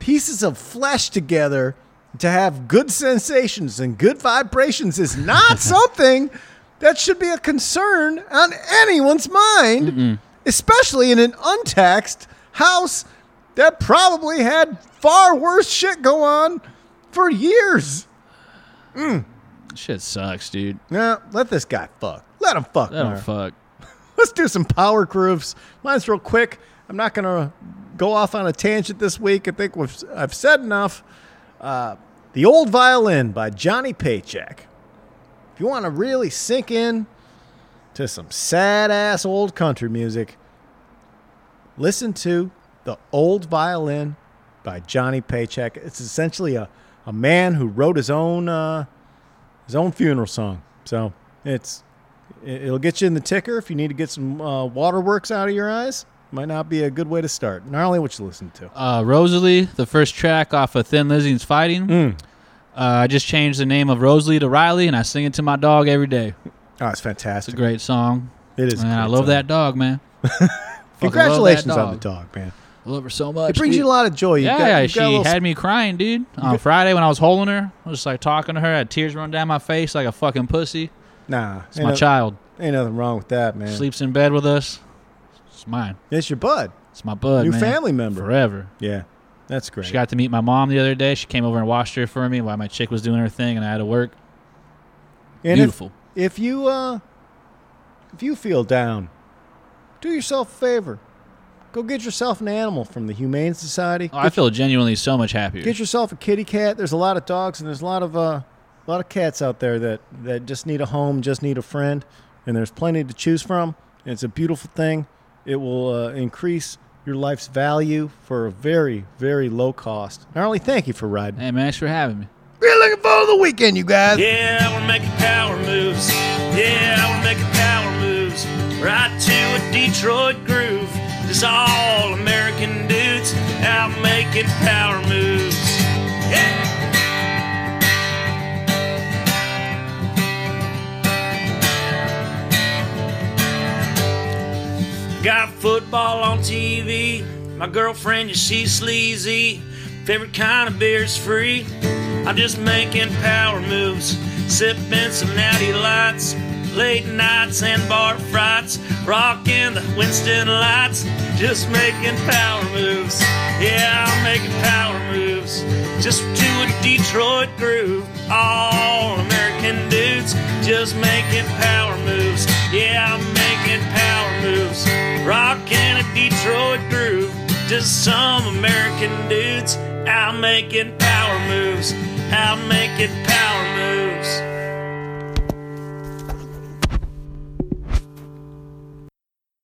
pieces of flesh together to have good sensations and good vibrations is not something that should be a concern on anyone's mind, especially in an untaxed house that probably had far worse shit go on for years. Shit sucks, dude. Nah, let this guy fuck. Let him fuck. That don't Mark. fuck. Let's do some power grooves. Mine's real quick. I'm not gonna go off on a tangent this week. I think we've, I've said enough. Uh, the Old Violin by Johnny Paycheck. If you want to really sink in to some sad ass old country music, listen to The Old Violin by Johnny Paycheck. It's essentially a, a man who wrote his own uh, his own funeral song. So it's it- It'll get you in the ticker if you need to get some uh, waterworks out of your eyes. Might not be a good way to start. Gnarly, what you listen to? Uh, Rosalie, the first track off of Thin Lizzy's Fighting. Uh, I just changed the name of Rosalie to Riley, and I sing it to my dog every day. Oh, it's It's fantastic. a great song, It is. a and I great love song. that dog, man. Fucking love that Congratulations on the dog, man. I love her so much. It brings you dude. a lot of joy. You've yeah, got- yeah, you've she got a little had me crying, dude. On Friday when I was holding her, I was just like talking to her. I had tears run down my face like a fucking pussy. sp- Nah, It's ain't, my no- child. ain't nothing wrong with that, man. Sleeps in bed with us. It's mine. It's your bud, It's my bud. new man. family member. Forever. Yeah, that's great. She got to meet my mom the other day. She came over and washed her for me while my chick was doing her thing and I had to work. And if- Beautiful. if you uh if you feel down do yourself a favor Go get yourself an animal from the Humane Society. Oh, I feel genuinely so much happier. Get yourself a kitty cat. There's a lot of dogs and there's a lot of uh, a lot of cats out there that that just need a home, just need a friend, and there's plenty to choose from. It's a beautiful thing. It will uh, increase your life's value for a very very low cost. Gnarly, thank you for riding. hey man, thanks for having me. We're looking forward to the weekend, you guys. Yeah, we're making power moves. Yeah, we're making power moves. Right to a Detroit groove. Just all American dudes out making power moves. Yeah. Got football on TV. My girlfriend, yeah, she's sleazy. Favorite kind of beer's free. I'm just making power moves, sipping some natty lights. Late nights and bar fights, rocking the Winston lights, just making power moves. Yeah, I'm making power moves, just to a Detroit groove. All American dudes, just making power moves. Yeah, I'm making power moves, rocking a Detroit groove. Just some American dudes out making power moves, out making power